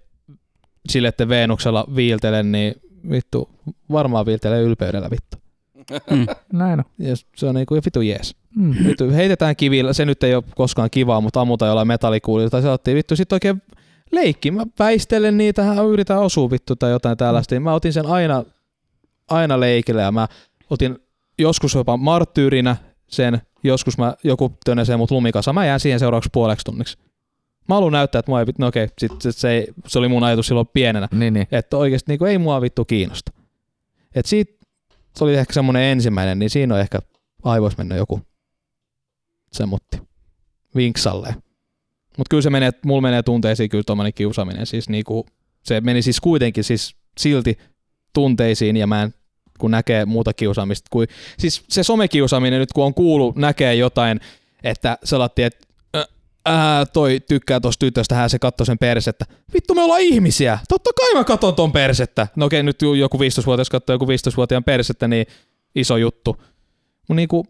Speaker 1: silette Veenuksella viiltelen, niin vittu, varmaan viiltelee ylpeydellä vittu.
Speaker 3: Mm.
Speaker 2: Näin on.
Speaker 1: Ja se on niinku vittu jees.
Speaker 2: Mm.
Speaker 1: Vittu, heitetään kivillä, se nyt ei ole koskaan kivaa, mutta ammutaan jollain metallikuulilla tai sellaista. Vittu, sit oikein leikki, mä väistelen niitä, hän yritän osua vittu tai jotain tällaista. Niin Mä otin sen aina, aina leikille ja mä otin joskus jopa marttyyrinä sen, joskus mä joku tönäsee mut lumikasa, mä jään siihen seuraavaksi puoleksi tunniksi. Mä haluan näyttää, että mua ei, vit- no okei, sit, sit se, ei, se oli mun ajatus silloin pienenä
Speaker 2: Niin, niin.
Speaker 1: että oikeasti niin ei mua vittu kiinnosta. Et siitä, se oli ehkä semmoinen ensimmäinen, niin siinä on ehkä aivois mennyt joku semmotti vinksalleen. Mutta kyllä se menee, mulla menee tunteisiin kyllä tuommoinen kiusaaminen. Siis niinku, se meni siis kuitenkin siis silti tunteisiin ja mä en, kun näkee muuta kiusaamista. Kuin, siis se somekiusaaminen nyt kun on kuullut, näkee jotain, että selatti, että ö, ää, toi tykkää tosta tytöstä, hän se katsoo sen persettä. Vittu me ollaan ihmisiä, totta kai mä katon ton persettä. No okei, nyt ju- joku 15-vuotias katsoo joku 15-vuotiaan persettä, niin iso juttu. Mut niinku,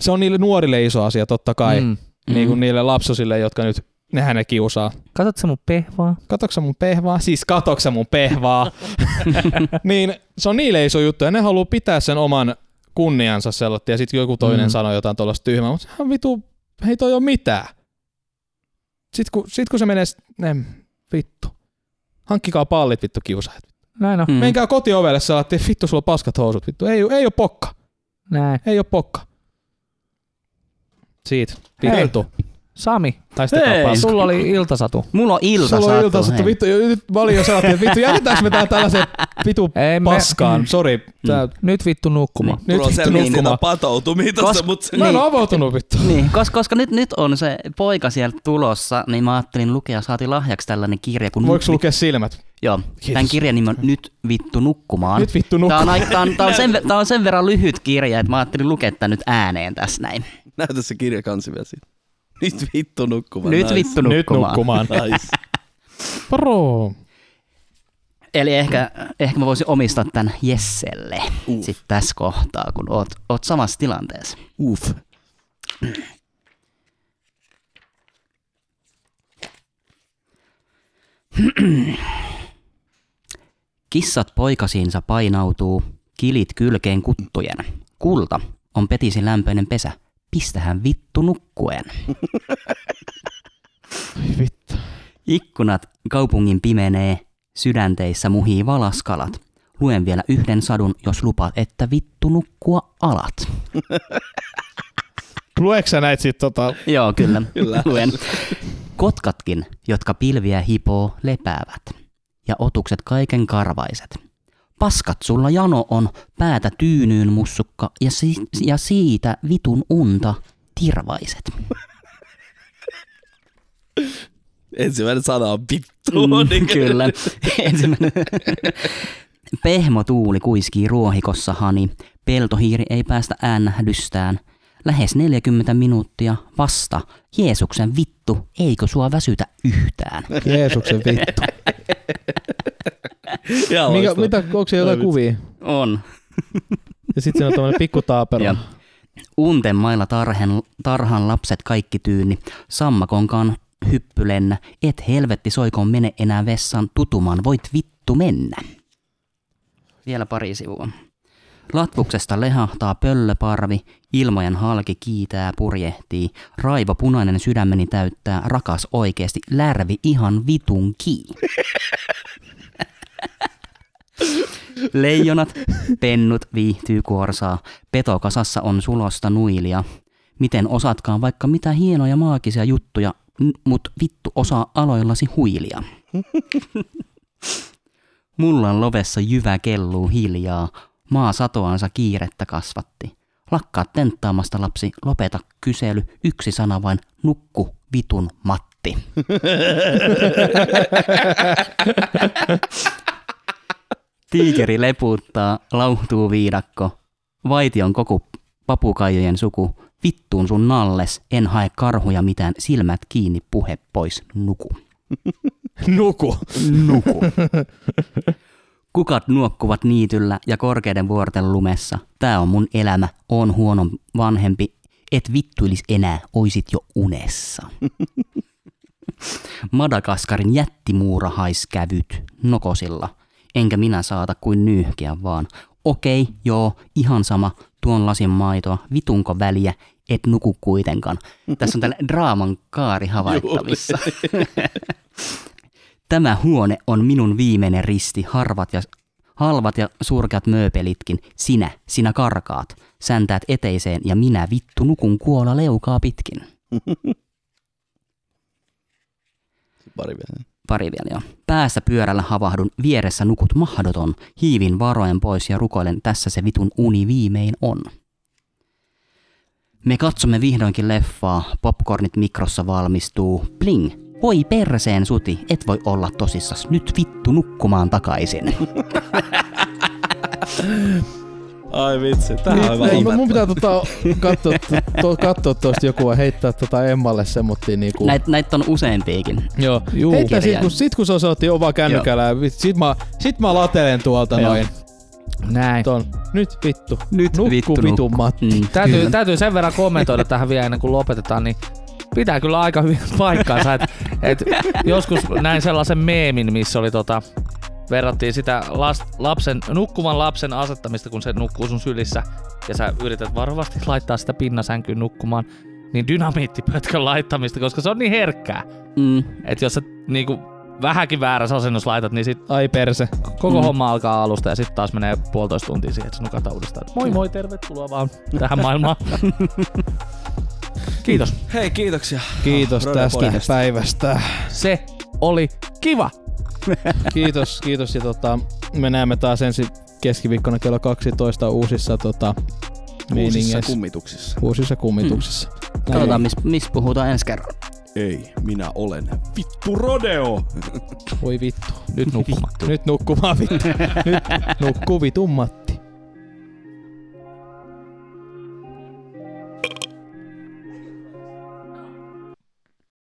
Speaker 1: se on niille nuorille iso asia totta kai, mm.
Speaker 2: Mm.
Speaker 1: niinku
Speaker 3: Hmm. Mhm.
Speaker 1: niille lapsosille, jotka nyt nehän ne kiusaa.
Speaker 2: Katsot sä mun pehvaa?
Speaker 1: Katoksa mun pehvaa? Siis katoksa mun pehvaa. niin se on niille iso juttu ja ne haluaa pitää sen oman kunniansa sellotti ja sitten joku toinen
Speaker 2: Mm.
Speaker 1: mm. sanoi jotain tuollaista tyhmää, mutta sehän vitu, ei toi ole mitään. Sitten kun, sit kun se menee, s- ne, vittu. Hankkikaa pallit vittu kiusaajat.
Speaker 2: Näin on.
Speaker 3: Mm.
Speaker 1: Mm. Menkää kotiovelle sellattiin, vittu sulla on paskat housut vittu. Ei, oo- ei ole pokka,
Speaker 2: Näin.
Speaker 1: ei ole pokka. Siitä,
Speaker 2: Hei.
Speaker 1: vittu.
Speaker 2: Sami,
Speaker 1: Taistakaa
Speaker 3: Hei.
Speaker 1: paskat.
Speaker 2: sulla oli iltasatu.
Speaker 3: Mulla on ilta
Speaker 1: Sulla on
Speaker 3: saatu,
Speaker 1: ilta, sattu,
Speaker 3: hei.
Speaker 1: vittu, jo- nyt mä olin jo sellainen, että vittu jätetäänkö me tää tällaiseen vitu
Speaker 2: Ei me,
Speaker 1: paskaan, Mm. sori. Tää,
Speaker 2: nyt vittu nukkumaan.
Speaker 1: Nyt
Speaker 5: Mulla on
Speaker 1: vittu
Speaker 5: selkeästi
Speaker 1: nukkumaan.
Speaker 5: jotain patoutumia tossa,
Speaker 3: Kos-
Speaker 5: mutta...
Speaker 1: Mä en
Speaker 3: Niin.
Speaker 1: oo avautunut vittu.
Speaker 3: Niin, koska, koska nyt, nyt on se poika sieltä tulossa, niin mä ajattelin lukea, saatiin lahjaksi tällainen kirja. Kun
Speaker 1: Voiko
Speaker 3: nyt,
Speaker 1: sulkea silmät?
Speaker 3: Joo, tämän
Speaker 1: Kiitos.
Speaker 3: kirjan nimi on Nyt vittu nukkumaan.
Speaker 1: Nyt vittu
Speaker 3: Tää on,
Speaker 1: nukkumaan.
Speaker 3: aika- tää on, tää on, sen, ver- tää on sen verran lyhyt kirja, että mä ajattelin lukea tän nyt ääneen tässä näin.
Speaker 5: Näytä se kirjakansi vielä siitä. Nyt vittu nukkumaan.
Speaker 3: Nyt
Speaker 5: nice.
Speaker 3: vittu
Speaker 1: Nyt
Speaker 3: nukkumaan.
Speaker 1: nukkumaan.
Speaker 5: Nice.
Speaker 1: Paro.
Speaker 3: Eli ehkä, ehkä mä voisin omistaa tän Jesselle
Speaker 5: Uff.
Speaker 3: sit tässä kohtaa, kun oot, oot samassa tilanteessa.
Speaker 5: Uff.
Speaker 3: Kissat poikasiinsa painautuu, kilit kylkeen kuttujen. Kulta on petisin lämpöinen pesä. Pistähän vittu nukkuen.
Speaker 1: Ai vittu.
Speaker 3: Ikkunat kaupungin pimenee, sydänteissä muhii valaskalat. Luen vielä yhden sadun, jos lupaat, että vittu nukkua alat.
Speaker 1: Lueeko sä näitä sit tota...
Speaker 3: Joo, kyllä.
Speaker 5: Kyllä.
Speaker 3: Luen. Kotkatkin, jotka pilviä hipoo, lepäävät. Ja otukset kaiken karvaiset. Paskat sulla jano on, päätä tyynyyn mussukka ja, si- ja siitä vitun unta tirvaiset.
Speaker 5: Ensimmäinen sana on vittu. Mm, niin
Speaker 3: kyllä. Ensimmäinen. Pehmo tuuli kuiskii ruohikossa hani. Peltohiiri ei päästä äänähdystään. Lähes 40 minuuttia vasta. Jeesuksen vittu, eikö sua väsytä yhtään?
Speaker 1: Jeesuksen vittu.
Speaker 5: Ja
Speaker 1: Mikä,
Speaker 5: Mikä,
Speaker 1: mitä, onko siellä jotain kuvia?
Speaker 3: On.
Speaker 1: Ja sit siinä on tämmönen pikku taapero.
Speaker 3: Ja. Unten mailla tarhen, tarhan lapset kaikki tyynni. Sammakonkaan hyppylennä. Et helvetti soikoon mene enää vessan tutumaan. Voit vittu mennä. Vielä pari sivua. Latvuksesta lehahtaa pöllöparvi, ilmojen halki kiitää purjehtii, raivo punainen sydämeni täyttää, rakas oikeesti, lärvi ihan vitun kii. Leijonat, pennut viihtyy kuorsaa, petokasassa on sulosta nuilia. Miten osaatkaan vaikka mitä hienoja maagisia juttuja, n- mut vittu osaa aloillasi huilia. Mullan lovessa jyvä kelluu hiljaa, maa satoansa kiirettä kasvatti. Lakkaa tenttaamasta lapsi, lopeta kysely, yksi sana vain, nukku vitun Matti. Tiikeri leputtaa, lauhtuu viidakko. Vaition koku, papukaijojen suku. Vittuun sun nalles, en hae karhuja mitään, silmät kiinni, puhe pois, nuku.
Speaker 1: Nuku.
Speaker 3: Nuku. Kukat nuokkuvat niityllä ja korkeiden vuorten lumessa. Tää on mun elämä, on huono vanhempi. Et vittuilis enää, oisit jo unessa. Madagaskarin jättimuurahaiskävyt nokosilla. Enkä minä saata kuin nyyhkiä vaan. Okei, joo, ihan sama. Tuon lasin maitoa, vitunko väliä, et nuku kuitenkaan. Tässä on tällainen draaman kaari havaittavissa. Tämä huone on minun viimeinen risti, harvat ja, halvat ja surkeat mööpelitkin. Sinä, sinä karkaat, säntäät eteiseen ja minä vittu nukun kuola leukaa pitkin.
Speaker 5: Pari vielä.
Speaker 3: Pari vielä joo. Päässä pyörällä havahdun, vieressä nukut mahdoton. Hiivin varoen pois ja rukoilen, tässä se vitun uni viimein on. Me katsomme vihdoinkin leffaa, popcornit mikrossa valmistuu. Bling! Voi perseen suti, et voi olla tosissas. Nyt vittu nukkumaan takaisin.
Speaker 5: Ai vitsi, tää on
Speaker 1: Niin,
Speaker 5: aivan
Speaker 1: mun- mun
Speaker 5: niin,
Speaker 1: pitää tota, katsoa, to, katsoa tosta joku ja heittää tota Emmalle semmoittia niinku.
Speaker 3: Näitä näit on useampiakin.
Speaker 1: Joo.
Speaker 3: Juu.
Speaker 1: Heittää sit,
Speaker 3: Kirjain.
Speaker 1: kun, sit kun se on sanottu, joo vaan kännykällä. ja vit- Sit mä, sit mä latelen tuolta
Speaker 3: Joo.
Speaker 1: noin.
Speaker 3: Niin.
Speaker 2: Näin.
Speaker 1: Ton. Nyt vittu.
Speaker 3: Nyt
Speaker 1: Nukku
Speaker 3: vittu
Speaker 1: vitun
Speaker 3: nukku.
Speaker 1: Matti.
Speaker 3: Mm,
Speaker 2: Täytyy,
Speaker 3: kyllä.
Speaker 2: täytyy sen verran kommentoida tähän vielä ennen kuin lopetetaan, niin pitää kyllä aika hyvin paikkaansa. Et, et joskus näin sellaisen meemin, missä oli tota, verrattiin sitä las, lapsen, nukkuvan lapsen asettamista, kun se nukkuu sun sylissä ja sä yrität varovasti laittaa sitä pinnasänkyyn nukkumaan, niin dynamiittipötkön laittamista, koska se on niin herkkää.
Speaker 3: Mm.
Speaker 2: Että jos sä niinku vähänkin väärässä asennossa laitat, niin sit
Speaker 1: Ai perse.
Speaker 2: koko
Speaker 3: Mm.
Speaker 2: mm. homma alkaa alusta ja sitten taas menee puolitoista tuntia siihen, että se nukataan uudestaan. Moi moi, tervetuloa vaan tähän maailmaan. Kiitos.
Speaker 5: Hei, kiitoksia.
Speaker 1: Kiitos
Speaker 5: Rödön
Speaker 1: tästä
Speaker 5: podcastista.
Speaker 1: päivästä.
Speaker 2: Se oli kiva.
Speaker 1: Kiitos, kiitos. Ja tota, me näemme taas ensi keskiviikkona kello 12 uusissa, tota,
Speaker 5: Uusissa
Speaker 1: meiningeissä.
Speaker 5: kummituksissa.
Speaker 1: uusissa kummituksissa.
Speaker 3: Katsotaan, missä mis puhutaan ensi kerralla.
Speaker 5: Ei, minä olen vittu rodeo.
Speaker 1: Voi vittu.
Speaker 2: Nyt nukkumaan.
Speaker 1: Nyt nukkumaan vittu. Nyt nukkuu vitummat.